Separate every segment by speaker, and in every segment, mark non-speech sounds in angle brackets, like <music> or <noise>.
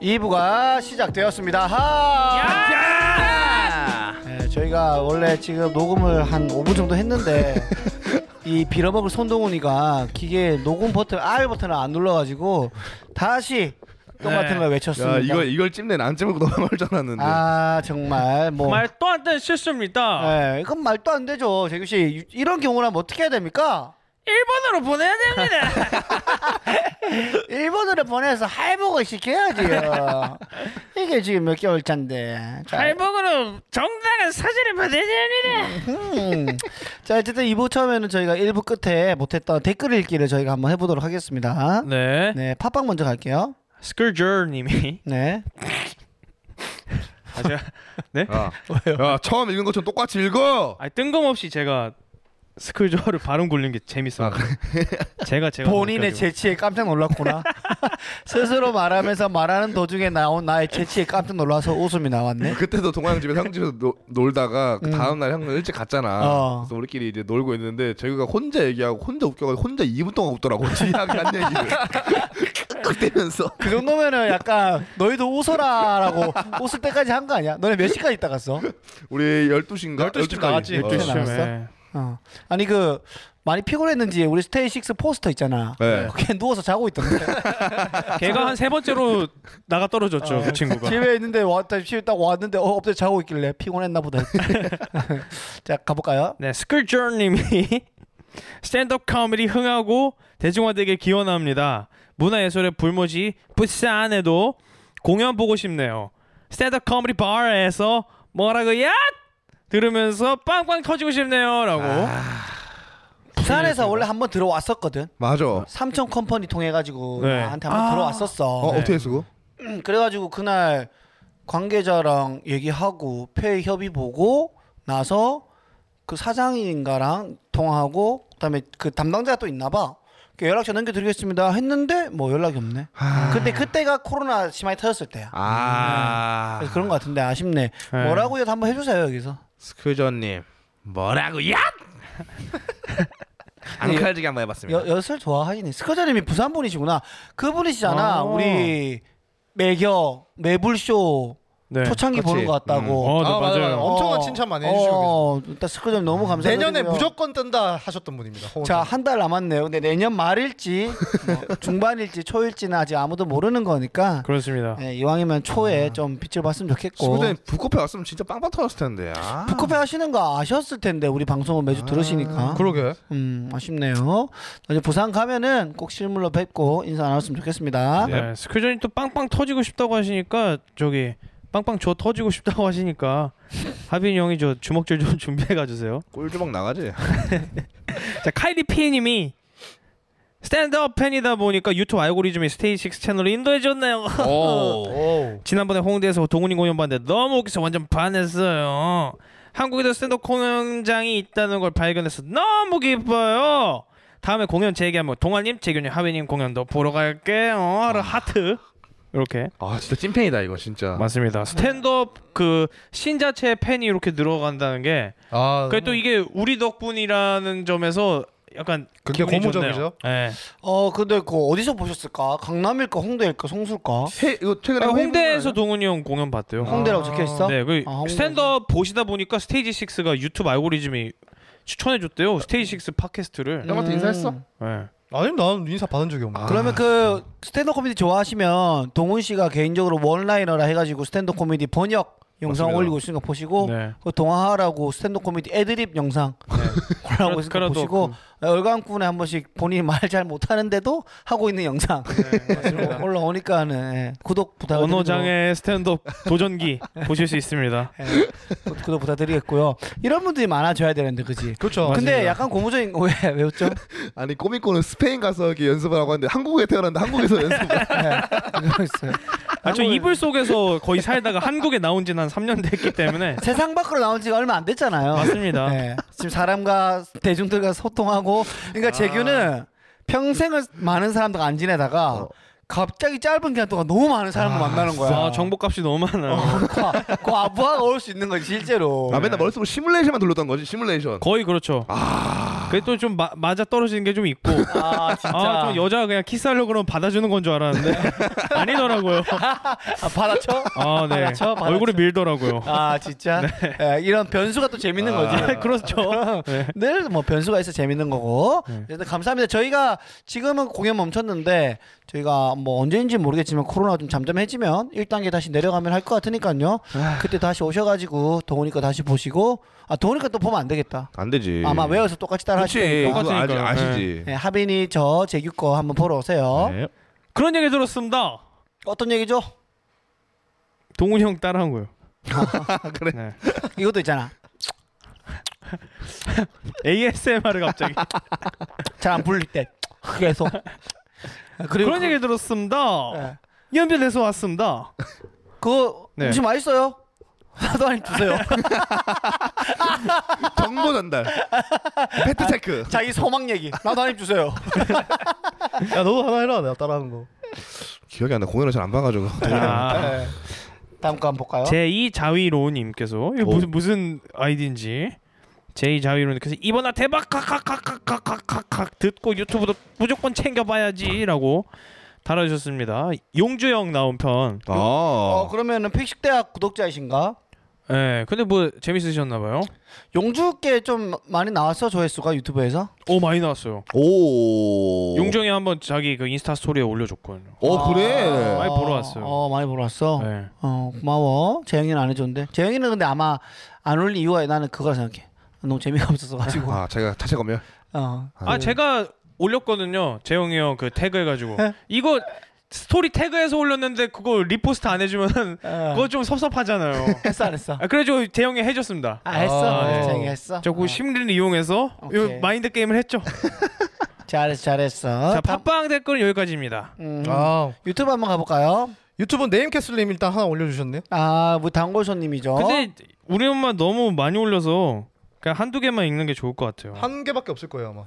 Speaker 1: 2부가 시작되었습니다. 하! 네, 저희가 원래 지금 녹음을 한 5분 정도
Speaker 2: <laughs>
Speaker 1: 했는데 이 빌어먹을 손동훈이가 기계 녹음 버튼 R 버튼을 안 눌러가지고 다시 똑같은
Speaker 3: 네.
Speaker 1: 걸
Speaker 2: 야
Speaker 1: 외쳤습니다.
Speaker 2: 이걸 이걸 찝네 안 <laughs> 찝고 넘어갈 줄 알았는데.
Speaker 1: 아 정말 뭐
Speaker 3: 말도 안 되는 실수입니다.
Speaker 1: 네, 이건 말도 안 되죠. 재규 씨 유- 이런 경우라면 어떻게 해야 됩니까?
Speaker 3: 일본으로 보내야
Speaker 1: <laughs> 네.
Speaker 3: 됩니다.
Speaker 1: 일본으로 보내서 할복을
Speaker 2: <laughs>
Speaker 1: 시켜야지요. 이게 지금 몇 개월 차인데. 자,
Speaker 3: 발목으로 정당한 사진을 보내야 됩니다.
Speaker 1: 음. 자 어쨌든 2부 처음에는 저희가 1부 끝에 못했던 댓글 읽기를 저희가 한번 해보도록 하겠습니다.
Speaker 3: 네.
Speaker 1: 네, 팟빵 먼저 갈게요.
Speaker 3: 스쿨저님이
Speaker 1: 네.
Speaker 2: 야, 야 처음 읽은 것처럼 똑같이 읽어.
Speaker 3: <laughs> 아 뜬금없이 제가 스쿨저를 발음 굴린 게 재밌어요. <laughs> 제가 제가
Speaker 1: 아, 본인의
Speaker 3: 느껴지고.
Speaker 1: 재치에 깜짝 놀랐구나. <laughs> 스스로 말하면서 말하는 도중에 나온 나의 재치에 깜짝 놀라서 웃음이 나왔네.
Speaker 2: 그때도 동양 집에 형 집에서 노- 놀다가 그 다음 날 형은 일찍 갔잖아.
Speaker 1: 어.
Speaker 2: 그래서 우리끼리 이제 놀고 있는데 저희가 혼자 얘기하고 혼자 웃겨가지고 혼자 2분
Speaker 1: <laughs>
Speaker 2: 동안 웃더라고. 지하게 한 얘기를 끄대면서.
Speaker 1: 그 정도면은 약간 너희도 웃어라라고 웃을 때까지 한 거 아니야? 너네 몇 시까지 있다 갔어?
Speaker 2: 우리 12시인가?
Speaker 3: 12시쯤 나왔지.
Speaker 1: 12시.
Speaker 3: 12시쯤에.
Speaker 1: 나왔어? 어. 아니 그 많이 피곤했는지 우리 스테이식스 포스터 있잖아.
Speaker 2: 네.
Speaker 1: 걔 누워서 자고 있던데.
Speaker 3: 걔가 한 세 번째로 나가 떨어졌죠. 그
Speaker 1: <laughs>
Speaker 3: 친구가.
Speaker 1: 집에 있는데 왔다 집에 딱 왔는데 어 엎드려 자고 있길래 피곤했나 보다. <laughs> 자 가볼까요?
Speaker 3: 네, 스쿨저님이 <laughs> 스탠드업 코미디 흥하고 대중화되길 기원합니다. 문화예술의 불모지 부산에도 공연 보고 싶네요. 스탠드업 코미디 바에서 뭐라고야? 들으면서 빵빵 터지고 싶네요라고.
Speaker 4: 아,
Speaker 1: 부산에서 원래 한번 들어왔었거든.
Speaker 2: 맞아. 어,
Speaker 1: 삼천 컴퍼니 통해 가지고
Speaker 3: 네.
Speaker 1: 나한테 한번 아. 들어왔었어. 네. 음,
Speaker 2: 어, 어떻게 쓰고?
Speaker 1: 그래가지고 그날 관계자랑 얘기하고 폐 협의 보고 나서 그 사장인가랑 통화하고 그다음에 그 담당자가 또 있나봐. 그러니까 연락처 넘겨드리겠습니다 했는데 뭐 연락이 없네. 근데 그때가 코로나 심하게 터졌을 때야.
Speaker 2: 아.
Speaker 1: 그래서 그런 것 같은데 아쉽네.
Speaker 3: 네.
Speaker 1: 뭐라고요? 한번 해주세요 여기서.
Speaker 2: 스크저님 뭐라고
Speaker 1: <laughs>
Speaker 2: 야? 앙칼지게 한번 해봤습니다.
Speaker 1: 예. 여, 엿을 좋아하시네. 스커저님이 부산 분이시구나. 그 분이시잖아.
Speaker 3: 아.
Speaker 1: 우리 매겨 매불쇼
Speaker 3: 네.
Speaker 1: 초창기
Speaker 2: 그치.
Speaker 1: 보는 것 같다고.
Speaker 3: 어, 네,
Speaker 4: 아, 맞아요.
Speaker 3: 맞아요.
Speaker 4: 맞아요. 엄청난 칭찬 많이 해주시고
Speaker 1: 어, 일단 스커저님 너무 감사해요.
Speaker 4: 내년에 무조건 뜬다 하셨던 분입니다. 홍원님.
Speaker 1: 자 한 달 남았네요. 근데 내년 말일지 뭐 중반일지 초일지는 아직 아무도 모르는 거니까
Speaker 3: 그렇습니다.
Speaker 4: 네.
Speaker 1: 예, 이왕이면 초에 좀 빛을 봤으면 좋겠고.
Speaker 2: 스크저님 북코페 왔으면 진짜 빵빵 터졌을 텐데. 아.
Speaker 1: 북커페 하시는 거 아셨을 텐데 우리 방송을 매주
Speaker 2: 아.
Speaker 1: 들으시니까.
Speaker 4: 그러게.
Speaker 1: 음 아쉽네요. 이제 부산 나가면은 꼭 실물로 뵙고 인사 나눴으면 좋겠습니다.
Speaker 3: 네. 스쿨저님 또 빵빵 터지고 싶다고 하시니까 저기 빵빵 저 터지고 싶다고 하시니까 하빈이 형이 저 주먹질 좀 <laughs> 준비해 가 주세요.
Speaker 2: 꼴주먹 <laughs> 나가지.
Speaker 3: 자 카이리 피님이 스탠드업 팬이다 보니까 유튜브 알고리즘이 스테이식스 채널을 인도해줬네요. <laughs>
Speaker 2: 어.
Speaker 4: 오.
Speaker 3: 지난번에 홍대에서 동훈이 공연 봤는데 너무 웃겨서 완전 반했어요. 한국에도 스탠드업 공연장이 있다는 걸 발견해서 너무 기뻐요. 다음에 공연 재개하면 동아님, 재균이, 하빈님 공연도 보러 갈게요. 하루
Speaker 4: 아.
Speaker 3: 하트. 이렇게
Speaker 2: 아 진짜 찐팬이다 이거 진짜.
Speaker 3: 맞습니다.
Speaker 4: 네.
Speaker 3: 스탠드업 그 신자체 팬이 이렇게 늘어간다는 게
Speaker 4: 아,
Speaker 3: 그게 또 이게 우리 덕분이라는 점에서 약간
Speaker 4: 그게
Speaker 3: 기분이
Speaker 4: 고무적이죠.
Speaker 3: 좋네요. 네.
Speaker 1: 어 근데 그 어디서 보셨을까? 강남일까 홍대일까 송수일까?
Speaker 2: 해, 이거 최근에
Speaker 3: 아,
Speaker 2: 회의
Speaker 3: 홍대에서
Speaker 2: 보는
Speaker 3: 동훈이 형 공연 봤대요.
Speaker 1: 아, 홍대라고 적혀 있어?
Speaker 3: 네, 그
Speaker 1: 아, 홍대에서.
Speaker 3: 스탠드업 보시다 보니까 스테이지 6가 유튜브 알고리즘이 추천해 줬대요. 스테이지 6 팟캐스트를.
Speaker 2: 거 아니야? 형한테 음. 인사했어?
Speaker 3: 네.
Speaker 4: 아니 난 인사 받은 적이
Speaker 3: 아.
Speaker 4: 없는데.
Speaker 1: 그러면 그 스탠드 코미디 좋아하시면 동훈 씨가 개인적으로 원라이너라 해가지고 스탠드 코미디 번역 영상
Speaker 2: 맞습니다.
Speaker 1: 올리고 있으니까 보시고
Speaker 3: 네.
Speaker 1: 그 동화하라고 스탠드 코미디 애드립 영상 올라오고 있으니까
Speaker 3: <laughs> 그래도
Speaker 1: 보시고 얼간꾼에 한 번씩 본인이 말 잘 못하는데도 하고 있는 영상 네. <laughs> 올라오니까는 예, 구독 부탁드리고 네.
Speaker 3: 언어장애 스탠드업 도전기 보실 수 있습니다.
Speaker 1: 예, 구- 구독 부탁드리겠고요 이런 분들이 많아져야 되는데 그지?
Speaker 4: 그렇죠.
Speaker 1: 근데
Speaker 3: 맞습니다.
Speaker 1: 약간 고무적인 거 <laughs> 왜, 왜 웃죠?
Speaker 2: 거야. 아니 꼬미꼬는 스페인 가서 이렇게 연습을 하고 하는데 한국에 태어났는데 한국에서 연습.
Speaker 1: 네. 이러고
Speaker 3: <laughs>
Speaker 1: 있어요.
Speaker 3: 아, 저
Speaker 1: 한국에-
Speaker 3: 이불 속에서 거의 살다가 한국에 나온 지는 한 3년 됐기 때문에
Speaker 1: 세상 밖으로 나온 지가 얼마 안 됐잖아요.
Speaker 3: 맞습니다.
Speaker 1: 네. 지금 사람과
Speaker 3: 아.
Speaker 1: 대중들과 소통하고 그러니까 재규는 평생을 많은 사람들과 안 지내다가 갑자기 짧은 기간 동안 너무 많은 사람을 만나는 거야.
Speaker 3: 어. 아, 정보값이 너무 많아.
Speaker 1: 그러니까 그 아부하가 올 수 있는 거지 실제로.
Speaker 2: 아 맨날 머릿속으로 시뮬레이션만 돌렸던 거지 시뮬레이션.
Speaker 3: 거의 그렇죠.
Speaker 1: 아.
Speaker 3: 그게 또 좀 맞아 떨어지는 게 좀 있고.
Speaker 5: 아 진짜.
Speaker 3: 아, 저 여자가 그냥 키스하려고 그러면 받아주는 건
Speaker 1: <laughs>
Speaker 3: 줄 알았는데 아니더라고요.
Speaker 1: 아, 받아쳐?
Speaker 3: 아, 네.
Speaker 1: 받아쳐, 받아쳐.
Speaker 3: 얼굴이 밀더라고요.
Speaker 1: 아 진짜 예, 이런 변수가 또 재밌는 거지.
Speaker 3: 네.
Speaker 1: <laughs>
Speaker 3: 아. <laughs> 그렇죠. 네.
Speaker 1: 늘 뭐 변수가 있어 재밌는 거고.
Speaker 3: 네.
Speaker 1: 일단 감사합니다. 저희가 지금은 공연 멈췄는데 저희가 뭐 언제인지 모르겠지만 코로나 좀 잠잠해지면 1단계 다시 내려가면 할 것 같으니까요. 그때 다시 오셔가지고 동훈이 거 다시 보시고 아 동훈이 거 또 보면 안 되겠다.
Speaker 2: 안
Speaker 3: 예.
Speaker 2: 되지.
Speaker 1: 아마 외워서 똑같이 따라 하실
Speaker 2: 그렇지.
Speaker 1: 거니까.
Speaker 2: 그거 아시,
Speaker 3: 똑같으니까요.
Speaker 2: 아시지.
Speaker 1: 예, 하빈이 저 재규 거 한번 보러 오세요.
Speaker 3: 네. 그런 얘기 들었습니다.
Speaker 1: 어떤 얘기죠?
Speaker 3: 동훈이 형 따라한 <laughs> 거예요.
Speaker 2: 그래.
Speaker 3: 네.
Speaker 1: 이것도 있잖아.
Speaker 3: ASMR을 갑자기.
Speaker 1: 잘 안 불릴 때. 그래서 <laughs> 그리고
Speaker 3: <laughs> 그런 얘기 들었습니다.
Speaker 1: 그, 예.
Speaker 3: 연변에서 왔습니다.
Speaker 1: 그거
Speaker 3: 네.
Speaker 1: 음식 맛있어요. <laughs> 나도 한 입 <laughs> 주세요.
Speaker 2: 정보 전달. 팩트 체크.
Speaker 1: 자기 소망 얘기. 나도 한 입 주세요.
Speaker 4: 야 너도 하나 해라 내가 따라하는 거.
Speaker 1: 음.
Speaker 2: 기억이 안 나. 공연을 잘 안 봐가지고.
Speaker 3: 아,
Speaker 1: 네. 다음 거 한번
Speaker 3: 네.
Speaker 1: 볼까요?
Speaker 3: 제2 자위로우님께서 이게
Speaker 2: 오.
Speaker 3: 무슨 무슨 아이디인지 제2 자위로우님께서 이번아 대박 카카카카카카카카카 듣고 유튜브도 무조건 챙겨봐야지라고 달아주셨습니다. 용주영 나온 편.
Speaker 2: 아.
Speaker 1: 어 그러면은 픽식대학 구독자이신가?
Speaker 3: 예, 근데 뭐 재밌으셨나 봐요.
Speaker 1: 용주께 좀 많이 나왔어 조회수가 유튜브에서?
Speaker 3: 오 많이 나왔어요.
Speaker 2: 오.
Speaker 3: 용정이 한번 자기 그 인스타 스토리에 올려줬거든요.
Speaker 2: 어
Speaker 1: 아,
Speaker 2: 그래.
Speaker 3: 많이 보러 왔어요.
Speaker 1: 어 많이 보러 왔어.
Speaker 3: 네.
Speaker 1: 어 고마워. 재영이는 안 해줬는데 재영이는 근데 아마 안 올린 이유가 나는 그거라 생각해. 너무 재미가 없어서 가지고.
Speaker 2: 아 제가 자체 검열.
Speaker 1: <laughs> 어.
Speaker 3: 아 제가 올렸거든요. 재영이 형 그 태그 해가지고
Speaker 1: 네?
Speaker 3: 이거 스토리 태그해서 올렸는데 그거 리포스트 안 해주면
Speaker 1: 아.
Speaker 3: 그거 좀
Speaker 1: <laughs>
Speaker 3: 섭섭하잖아요.
Speaker 1: 했어 안 했어?
Speaker 3: 아, 그래가지고 재영이 해줬습니다.
Speaker 1: 아 했어.
Speaker 3: 아, 네.
Speaker 1: 재영이 했어.
Speaker 3: 저 그
Speaker 1: 어.
Speaker 3: 심리를 이용해서
Speaker 1: 오케이.
Speaker 3: 요 마인드 게임을 했죠.
Speaker 1: 잘했어 잘했어.
Speaker 3: 자,
Speaker 1: 다음-
Speaker 3: 팟빵 댓글은 여기까지입니다.
Speaker 1: 음,
Speaker 4: 아
Speaker 1: 유튜브 한번 가볼까요?
Speaker 4: 유튜브 네임캐슬님 일단 하나 올려주셨네요.
Speaker 1: 아, 뭐 단골 손님이죠.
Speaker 3: 근데 우리 엄마 너무 많이 올려서 그냥 한두 개만 읽는 게 좋을 것 같아요.
Speaker 4: 한 개밖에 없을 거예요 아마.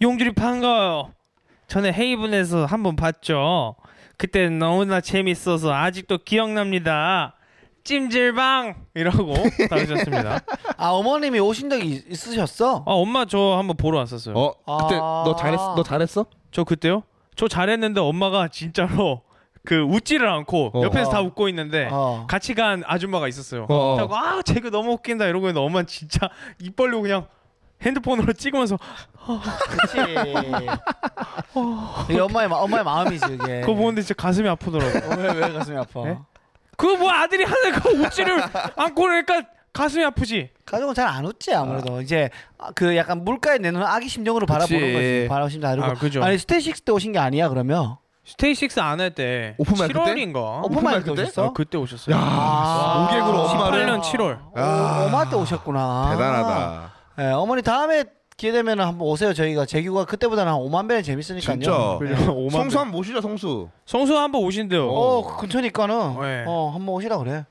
Speaker 3: 용주리 반가워요. 전에 헤이븐에서 한번 봤죠. 그때 너무나 재밌어서 아직도 기억납니다. 찜질방 <laughs> 이라고 다루셨습니다.
Speaker 1: 아 어머님이 오신 적이 있- 있으셨어?
Speaker 3: 아 엄마 저 한번 보러 왔었어요.
Speaker 2: 어 그때
Speaker 1: 아.
Speaker 2: 너 잘했어. 너 잘했어?
Speaker 3: 저 그때요? 저 잘했는데 엄마가 진짜로 그 웃지를 않고
Speaker 2: 어.
Speaker 3: 옆에서 다
Speaker 1: 어.
Speaker 3: 웃고 있는데
Speaker 1: 어.
Speaker 3: 같이 간 아줌마가 아. 있었어요.
Speaker 2: 어.
Speaker 3: 그래서 아 제가 너무 웃긴다 이러고 있는데 엄마 는 진짜 입 벌리고 그냥 핸드폰으로 찍으면서
Speaker 1: 그렇지. 이게 엄마의 마- 엄마의 마음이지 이게.
Speaker 3: 그거 보는데 진짜 가슴이 아프더라고. 요
Speaker 1: 왜왜 가슴이 아파?
Speaker 3: 예? 그거 뭐 아들이 하는 거 웃지를 않고 그러니까 가슴이 아프지.
Speaker 1: 가족은 잘 안 웃지 아무래도 이제 아, 그 약간 물가에 내놓은 아기 심정으로 바라보는
Speaker 2: 그치.
Speaker 1: 거지. 바라보심 다르고.
Speaker 3: 아, 그죠.
Speaker 1: 아니 어, 스테이식스 때 오신 게 아니야 그러면?
Speaker 3: 스테이식스 안 할 때
Speaker 2: 오픈마이크 때?
Speaker 3: 7월인가?
Speaker 1: 어, 오픈마이크
Speaker 2: 오픈마이크 때?
Speaker 1: 오셨어?
Speaker 3: 그때 오셨어요.
Speaker 1: 아,
Speaker 2: 오객으로 엄마를?
Speaker 3: 18년 7월.
Speaker 1: 오, 엄마 때 오셨구나.
Speaker 2: 대단하다.
Speaker 1: 예, 어머니 다음에 기회 되면 한번 오세요. 저희가 재규가 그때보다는 한 5만 배는 재밌으니까요.
Speaker 2: 진짜.
Speaker 3: 그죠? <laughs> 오만 배.
Speaker 2: 성수 한번 모시자 성수.
Speaker 3: 성수 한번 오신대요.
Speaker 1: 어, 근처니까는
Speaker 3: 네.
Speaker 1: 어 한번 오시라 그래.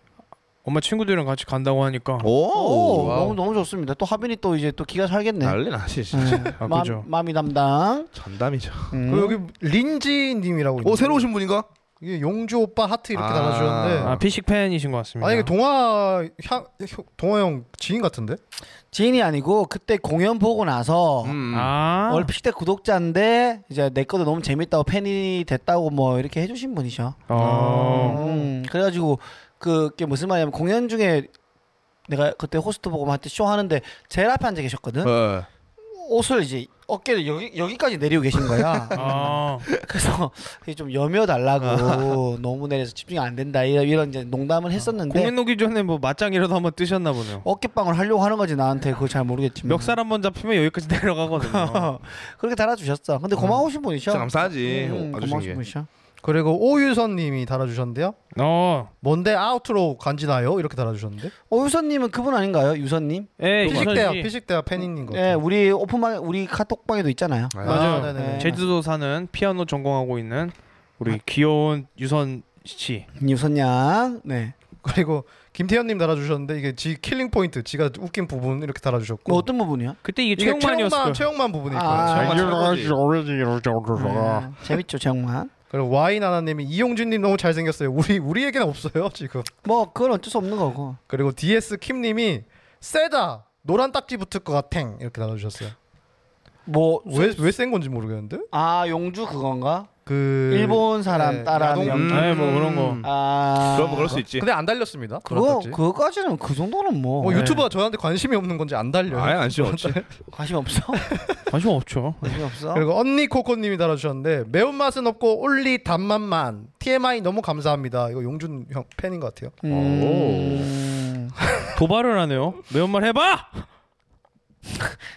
Speaker 3: 엄마 친구들이랑 같이 간다고 하니까.
Speaker 2: 어.
Speaker 1: 오,
Speaker 2: 오.
Speaker 1: 너무 너무 좋습니다. 또 하빈이 또 이제 또 기가 살겠네.
Speaker 2: 난리 나시 진짜.
Speaker 3: 아,
Speaker 1: 마,
Speaker 3: 그죠.
Speaker 1: 마미 담당.
Speaker 2: 전담이죠. 음.
Speaker 1: 음.
Speaker 4: 그리고 여기 린지님이라고.
Speaker 2: 오
Speaker 4: 있는데
Speaker 2: 새로 오신 분인가?
Speaker 4: 이게 용주 오빠 하트 이렇게
Speaker 2: 아.
Speaker 4: 달아주셨는데.
Speaker 3: 아 피식 팬이신 것 같습니다.
Speaker 4: 아니 이게 동화 향 동화 형 지인 같은데?
Speaker 1: 지인이 아니고 그때 공연 보고 나서
Speaker 2: 음.
Speaker 3: 아.
Speaker 1: 얼핏 때 구독자인데 이제 내 것도 너무 재밌다고 팬이 됐다고 뭐 이렇게 해주신 분이셔.
Speaker 3: 어.
Speaker 1: 음, 그래가지고 그게 무슨 말이냐면 공연 중에 내가 그때 호스트 보고 할때 쇼 하는데 제일 앞에 앉아 계셨거든.
Speaker 2: 어.
Speaker 1: 옷을 이제 어깨를 여기 여기까지 내리고 계신 거야.
Speaker 3: 아.
Speaker 1: 그래서 <laughs> 이게 좀 여며 달라고 너무 내려서 집중이 안 된다 이런, 이런 이제 농담을 했었는데
Speaker 3: 공연 오기 전에 뭐 맞짱이라도 한번 뜨셨나 보네요.
Speaker 1: 어깨빵을 하려고 하는 거지 나한테 그거 잘 모르겠지만
Speaker 3: 멱살 한번 잡히면 여기까지 내려가거든요.
Speaker 1: <laughs> 그렇게 달아주셨어. 근데 고마우신 분이셔.
Speaker 2: 진짜 감사하지.
Speaker 1: 음,
Speaker 2: 와주신
Speaker 1: 고마우신
Speaker 2: 게.
Speaker 1: 분이셔.
Speaker 4: 그리고 오유선님이 달아주셨는데요.
Speaker 3: 어.
Speaker 4: 뭔데 아우트로 간지나요? 이렇게 달아주셨는데.
Speaker 1: 어 유선님은 그분 아닌가요? 유선님?
Speaker 3: 예,
Speaker 4: 피식대야
Speaker 3: 유선이
Speaker 4: 피식대야 팬인 것
Speaker 1: 네,
Speaker 4: 같아요.
Speaker 1: 우리 오픈방 우리 카톡방에도 있잖아요.
Speaker 2: 아,
Speaker 3: 맞아요.
Speaker 4: 아, 네네네.
Speaker 1: 네.
Speaker 3: 제주도 사는 피아노 전공하고 있는 우리 귀여운 유선 씨.
Speaker 1: 유선양. 네.
Speaker 4: 그리고 김태현님 달아주셨는데 이게 지 킬링 포인트, 지가 웃긴 부분 이렇게 달아주셨고.
Speaker 1: 뭐 어떤 부분이야?
Speaker 3: 그때 이게
Speaker 4: 이게
Speaker 3: 최용만이었어요.
Speaker 4: 최영만 최영만 부분일
Speaker 1: 아,
Speaker 4: 거예요.
Speaker 1: 아,
Speaker 4: 최영만
Speaker 2: 아,
Speaker 4: 최영만.
Speaker 2: 이런 거지.
Speaker 1: 네. 재밌죠, 정말.
Speaker 4: 그리고 와인 하나님이 이용준님 너무 잘생겼어요. 우리 우리에게는 없어요 지금.
Speaker 1: 뭐 그건 어쩔 수 없는 거고.
Speaker 4: 그리고 DS 킴님이 세다 노란 딱지 붙을 것 같탱 이렇게 나눠주셨어요.
Speaker 1: 뭐
Speaker 4: 왜 왜 센 건지 모르겠는데.
Speaker 1: 아 용주 그건가?
Speaker 4: 그
Speaker 1: 일본 사람
Speaker 4: 네,
Speaker 1: 따라하는
Speaker 4: 야동-
Speaker 1: 영.
Speaker 3: 아이, 뭐 그런 거.
Speaker 1: 아
Speaker 2: 음. 그럼 그럴 수 있지.
Speaker 4: 근데 안 달렸습니다. 노란
Speaker 1: 그거
Speaker 4: 딱지.
Speaker 1: 그거까지는 그 정도는 뭐
Speaker 4: 뭐 유튜버가 저한테 관심이 없는 건지 안 달려요.
Speaker 2: 아예 안 쉬웠지.
Speaker 1: 관심 없어? <laughs>
Speaker 3: 관심 없죠.
Speaker 1: 관심 없어?
Speaker 4: 그리고 언니 코코님이 달아주셨는데 매운맛은 없고 올리 단맛만 TMI 너무 감사합니다. 이거 용준 형 팬인 것 같아요.
Speaker 1: 음...
Speaker 3: 도발을 하네요. 매운말 해봐.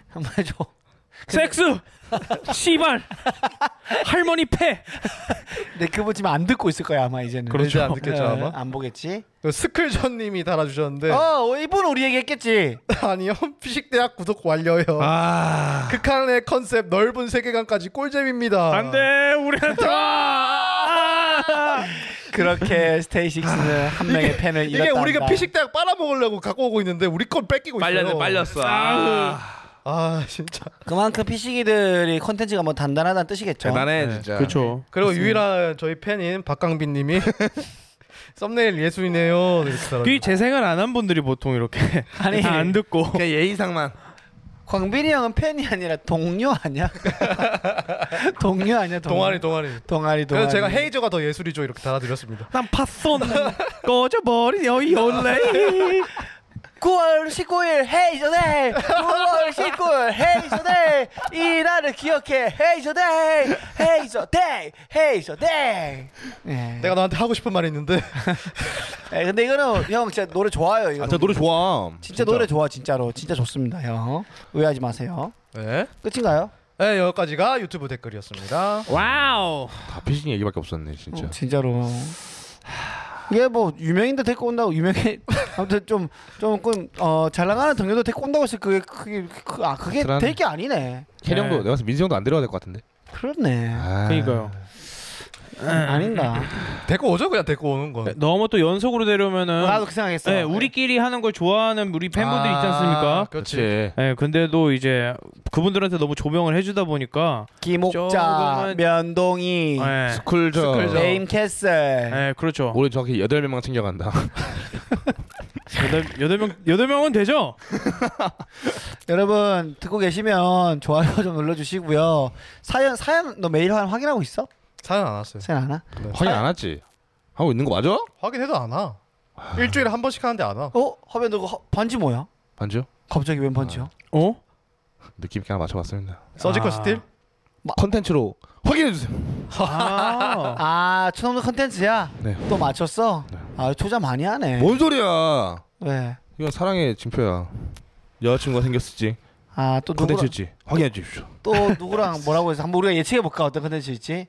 Speaker 1: 한번 해줘.
Speaker 3: 섹스. 씨발. 할머니 패.
Speaker 1: 근데 그거 지금 안 듣고 있을 거야 아마 이제는.
Speaker 3: 그렇죠.
Speaker 4: 이제 안 듣겠죠
Speaker 1: 예,
Speaker 4: 아마.
Speaker 1: 안 보겠지?
Speaker 4: 그리고 스클전님이 달아주셨는데
Speaker 1: 어 이분 우리에게 했겠지.
Speaker 4: <laughs> 아니요 피식대학 구독 완료요.
Speaker 3: 아.
Speaker 4: 극한의 컨셉 넓은 세계관까지 꿀잼입니다.
Speaker 2: 아.
Speaker 3: 안돼 우리한테 와.
Speaker 1: 아! 그렇게 아. 스테이식스는 한 명의 팬을
Speaker 4: 이게
Speaker 1: 잃었다
Speaker 4: 우리가
Speaker 1: 한다.
Speaker 4: 피식대학 빨아먹으려고 갖고 오고 있는데 우리 건 뺏기고 있어요.
Speaker 2: 빨렸네 빨렸어. 아,
Speaker 4: 아 진짜.
Speaker 1: 그만큼 피식이들이 콘텐츠가 뭐 단단하다는 뜻이겠죠.
Speaker 2: 대단해
Speaker 3: 네,
Speaker 2: 진짜.
Speaker 3: 그렇죠.
Speaker 4: 그리고 유일한 저희 팬인 박강빈님이 썸네일 예술이네요. 이렇게 달아주-
Speaker 3: 뒤 재생을 안 한 분들이 보통 이렇게
Speaker 1: 아니.
Speaker 3: 다안 듣고
Speaker 2: 그냥 예의상만.
Speaker 1: 광빈이 형은 팬이 아니라 동료 <laughs> 아니야? 동료 아니야?
Speaker 4: 동아리 동아리.
Speaker 1: 동아리 동아리.
Speaker 4: 그래서 제가 헤이저가 더 예술이죠 이렇게 달아드렸습니다.
Speaker 3: 난 팟손 꺼져버린 여이 올레
Speaker 1: <laughs> 9월 19일 헤이저데이 9월 19일 헤이저데이 이 날을 기억해 헤이저데이 헤이저데이 헤이저데이 예.
Speaker 4: 내가 너한테 하고 싶은 말이 있는데
Speaker 1: 예, 근데 이거는 형 진짜 노래 좋아요 이거
Speaker 2: 아, 저 노래 좋아.
Speaker 1: 진짜, 노래 좋아 진짜로 진짜 좋습니다 형 오해하지 마세요
Speaker 4: 네.
Speaker 1: 끝인가요?
Speaker 4: 네 여기까지가 유튜브 댓글이었습니다.
Speaker 3: 와우
Speaker 2: 다 피싱 얘기밖에 없었네 진짜.
Speaker 1: 어, 진짜로 이게 뭐 유명인도 데리고 온다고 유명해 <laughs> 아무튼 좀 조금 어, 잘 나가는 동료도 데리고 온다고 해서 그게 그게 그, 아 그게
Speaker 2: 그런-
Speaker 1: 될 게 아니네
Speaker 2: 캐령도
Speaker 3: 네.
Speaker 2: 내가 봤을 때 민수 형도 안 들어가야 될 것 같은데.
Speaker 1: 그렇네
Speaker 2: 아.
Speaker 3: 그니까요 예.
Speaker 1: 아닌가
Speaker 4: 데리고 오죠 그냥 데리고 오는 건.
Speaker 3: 너무 또 연속으로
Speaker 1: 나도
Speaker 3: 되려면은
Speaker 1: 그 생각했어
Speaker 3: 네, 우리끼리 하는 걸 좋아하는 우리 팬분들 있지 않습니까
Speaker 4: 그렇지.
Speaker 3: 예, 근데도 이제 그분들한테 너무 조명을 해주다 보니까
Speaker 1: 기목자,
Speaker 3: 조금은-
Speaker 1: 면동이,
Speaker 3: 예,
Speaker 2: 스쿨저.
Speaker 4: 스쿨저.
Speaker 1: 네임 캐슬.
Speaker 3: 예, 그렇죠
Speaker 2: 우리 정확히 여덟 명만 챙겨간다.
Speaker 3: 여덟 여덟 명 여덟 명은 되죠
Speaker 1: 여러분 듣고 계시면 좋아요 좀 눌러주시고요. 사연 사연 너 메일 확- 확인하고 있어?
Speaker 4: 사연 안 왔어요. 네.
Speaker 1: 사연 안 와?
Speaker 2: <laughs> 확인 안 왔지? 하고 있는 거 맞아?
Speaker 4: 확인해도 안 와. 일주일에 한 번씩 하는데 안 와.
Speaker 1: 어? 하면 너 허, 반지 뭐야?
Speaker 2: 반죠?
Speaker 1: 갑자기 웬 반지야?
Speaker 3: 어
Speaker 2: 느낌 있게 하나 맞춰봤습니다.
Speaker 4: 서지컬
Speaker 3: 아.
Speaker 4: 스틸?
Speaker 2: 컨텐츠로 확인해 주세요.
Speaker 3: 아.
Speaker 1: 아 초능력 컨텐츠야?
Speaker 2: 네. 뭐?
Speaker 1: 또 맞췄어? 아 초자 많이 하네.
Speaker 2: 뭔 소리야?
Speaker 1: 왜?
Speaker 2: 이건 사랑의 징표야. 여자친구가 생겼을지
Speaker 1: 아또 누구랑
Speaker 2: 컨텐츠일지 확인해 주십시오.
Speaker 1: 또 누구랑 뭐라고 해서 한번 우리가 예측해 볼까 어떤 컨텐츠일지.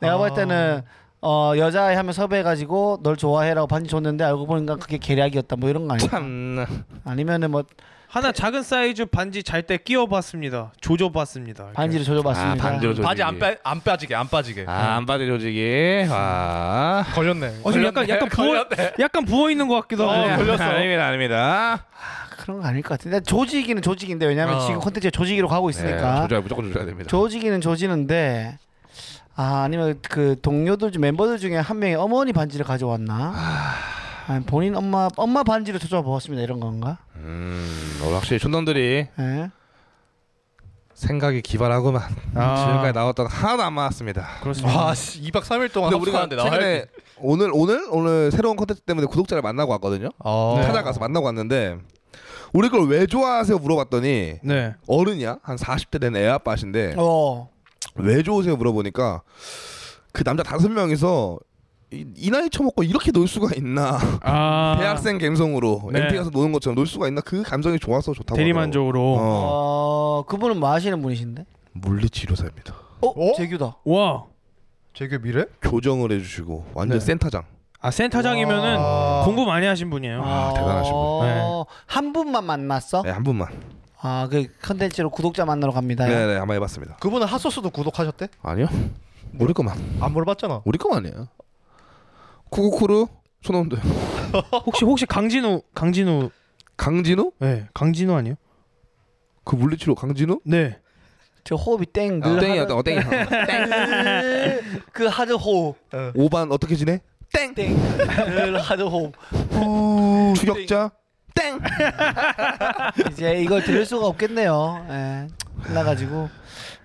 Speaker 1: 내가
Speaker 4: 아.
Speaker 1: 볼 때는 어 여자애 하면 섭외해가지고 널 좋아해라고 반지 줬는데 알고 보니까 그게 계략이었다 뭐 이런 거
Speaker 2: 네.
Speaker 1: 아니야?
Speaker 2: 참나.
Speaker 1: 아니면은 뭐
Speaker 3: 하나 작은 사이즈 반지 잘 때 끼워봤습니다 조져봤습니다 이렇게.
Speaker 1: 반지를 조져봤습니다.
Speaker 2: 아, 반지로 조지기.
Speaker 4: 바지 안, 빼, 안 빠지게 안 빠지게.
Speaker 2: 아, 안 빠지 조직이. 아.
Speaker 4: 걸렸네.
Speaker 3: 어, 지금 약간 약간 부어 약간 부어 있는 것 같기도 하고.
Speaker 2: 아니, 아닙니다, 아닙니다.
Speaker 1: 그런 거 아닐 것 같은데 조지기는 조지기인데 왜냐면
Speaker 4: 어.
Speaker 1: 지금 콘텐츠가 조지기로 가고
Speaker 2: 네,
Speaker 1: 있으니까
Speaker 2: 조져야 무조건 조져야 됩니다.
Speaker 1: 조지기는 조지는데 아 아니면 그 동료들 중 멤버들 중에 한 명이 어머니 반지를 가져왔나? 아니, 본인 엄마 엄마 반지를 조져 보았습니다 이런 건가?
Speaker 2: 음, 오늘 확실히 촌놈들이
Speaker 1: 예.
Speaker 2: 생각이 기발하고만
Speaker 3: 아.
Speaker 2: 지금까지 나왔던 하나도 안 맞았습니다.
Speaker 3: 그렇습니다.
Speaker 4: 와, 아, 씨, 2박 3일 동안
Speaker 2: 근데 우리가
Speaker 4: 합숙하는데 나와.
Speaker 2: 최근에 오늘 오늘 오늘 새로운 컨텐츠 때문에 구독자를 만나고 왔거든요.
Speaker 4: 어.
Speaker 2: 찾아가서 만나고 왔는데 우리 걸 왜 좋아하세요 물어봤더니
Speaker 3: 네.
Speaker 2: 어른이야 한 40대 된 애 아빠신데
Speaker 1: 어.
Speaker 2: 왜 좋으세요 물어보니까 그 남자 다섯 명이서 이, 이 나이 처먹고 이렇게 놀 수가 있나
Speaker 3: 아.
Speaker 2: 대학생 감성으로
Speaker 3: 네.
Speaker 2: MT 가서 노는 것처럼 놀 수가 있나 그 감정이 좋아서 좋다고
Speaker 3: 대리만족으로.
Speaker 1: 어.
Speaker 2: 하더라고요. 어,
Speaker 1: 그분은 뭐 하시는 분이신데?
Speaker 2: 물리치료사입니다
Speaker 1: 어?
Speaker 4: 어?
Speaker 1: 재규다.
Speaker 3: 와.
Speaker 4: 제규 미래?
Speaker 2: 교정을 해주시고 완전
Speaker 3: 네.
Speaker 2: 센터장
Speaker 3: 아 센터장이면은
Speaker 4: 와.
Speaker 3: 공부 많이 하신 분이에요.
Speaker 2: 아, 대단하신 분.
Speaker 1: 어, 한 분만 만났어?
Speaker 2: 네, 한 분만
Speaker 1: 아, 그 컨텐츠로 구독자 만나러 갑니다.
Speaker 2: 네네 한번 해봤습니다
Speaker 4: 그분은 핫소스도 구독하셨대?
Speaker 2: 아니요 우리 거만
Speaker 4: 안 물어봤잖아.
Speaker 2: 우리 거만이에요 쿠쿠쿠루 초놈들
Speaker 3: 혹시 혹시 강진우 강진우
Speaker 2: 강진우
Speaker 3: 네 강진우 아니에요?
Speaker 2: 그 물리치료 강진우
Speaker 3: 네.
Speaker 1: 저 호흡이 땡. 늘
Speaker 2: 땡이야
Speaker 1: 하는-
Speaker 2: 어, 땡이야 <laughs>
Speaker 1: 땡. 그 하드 호흡.
Speaker 3: 네.
Speaker 2: 5반 어떻게 지내?
Speaker 1: 땡. 땡. 늘 하드 호흡.
Speaker 2: 어, 추격자 땡
Speaker 1: 이제 이걸 들을 수가 없겠네요. 예. 끝나가지고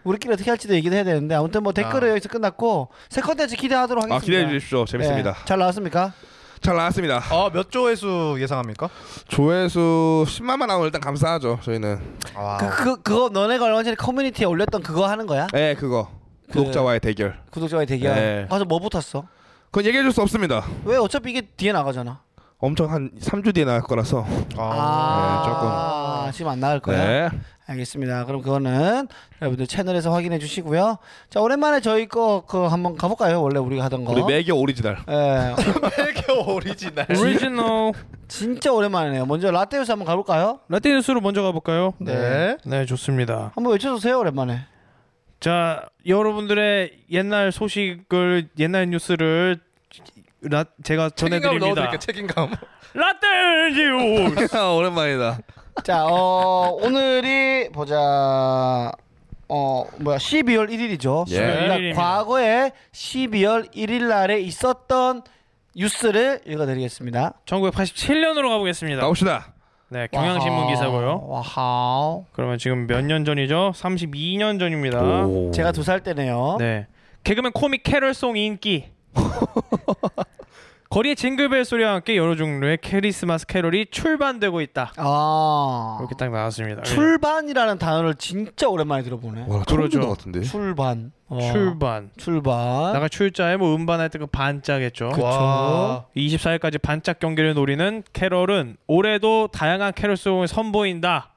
Speaker 1: 우리끼리 어떻게 할지도 얘기를 해야 되는데 아무튼 뭐 댓글은 여기서 끝났고 새 컨텐츠 기대하도록 하겠습니다.
Speaker 2: 아 기대해 주십시오 재밌습니다 네.
Speaker 1: 예. 잘 나왔습니까?
Speaker 2: 잘 나왔습니다
Speaker 4: 아몇 조회수 예상합니까?
Speaker 2: 조회수 10만만 나오면 일단 감사하죠 저희는
Speaker 4: 아,
Speaker 1: 그, 그 그거 너네가 얼마 전에 커뮤니티에 올렸던 그거 하는 거야?
Speaker 2: 예 그거 구독자와의 대결
Speaker 1: 구독자와의 대결.
Speaker 2: 네.
Speaker 1: 가서 뭐 붙었어?
Speaker 2: 그건 얘기해 줄 수 없습니다
Speaker 1: 왜 어차피 이게 뒤에 나가잖아.
Speaker 2: 엄청 한 3주 뒤에 나올 거라서 네, 조금.
Speaker 1: 아, 지금 안 나갈 거야.
Speaker 2: 네
Speaker 1: 알겠습니다. 그럼 그거는 여러분들 채널에서 확인해 주시고요. 자 오랜만에 저희 거 그 한번 가볼까요? 원래 우리가 하던 거.
Speaker 2: 우리 매겨 오리지널
Speaker 1: 예, <laughs>
Speaker 4: 되게 오리지널.
Speaker 1: 네.
Speaker 3: 오리지널
Speaker 1: 진짜 오랜만이네요. 먼저 라떼우스 한번 가볼까요?
Speaker 3: 라떼 뉴스로 먼저 가볼까요?
Speaker 4: 네.
Speaker 3: 네 좋습니다.
Speaker 1: 한번 외쳐주세요 오랜만에.
Speaker 3: 자 여러분들의 옛날 소식을 옛날 뉴스를 라, 제가
Speaker 4: 책임감
Speaker 3: 전해드립니다.
Speaker 4: 넣어드릴게요. 책임감.
Speaker 3: 라떼 뉴스.
Speaker 2: <laughs> 오랜만이다
Speaker 1: 자,
Speaker 2: <laughs>
Speaker 1: 어, 오늘이 보자. 어, 뭐야? 12월 1일이죠.
Speaker 2: 예.
Speaker 1: 그러니까
Speaker 3: 11일 입니다.
Speaker 1: 과거에 12월 1일 날에 있었던 뉴스를 읽어드리겠습니다.
Speaker 3: 1987년으로 가보겠습니다.
Speaker 2: 나옵시다
Speaker 3: 네
Speaker 4: 아.
Speaker 3: 경향신문 기사고요.
Speaker 1: 와우.
Speaker 3: 그러면 지금 몇 년 전이죠? 32년 전입니다.
Speaker 1: 제가 두 살 때네요.
Speaker 3: 네. 개그맨 코믹 캐럴송
Speaker 4: <laughs>
Speaker 3: 인기. 거리의 징글벨 소리와 함께 여러 종류의 크리스마스 캐럴이 출반되고 있다.
Speaker 1: 아.
Speaker 3: 이렇게 딱 나왔습니다.
Speaker 1: 출반이라는 단어를 진짜 오랜만에 들어보네.
Speaker 2: 와 처음
Speaker 3: 그러죠.
Speaker 2: 듣는 것 같은데
Speaker 1: 출반. 어.
Speaker 3: 네. 출반.
Speaker 1: 출반.
Speaker 3: 나가 출자에 뭐 음반할 때그 반짝했죠.
Speaker 4: 와.
Speaker 3: 24일까지 반짝 경기를 노리는 캐럴은 올해도 다양한 캐럴송을 선보인다.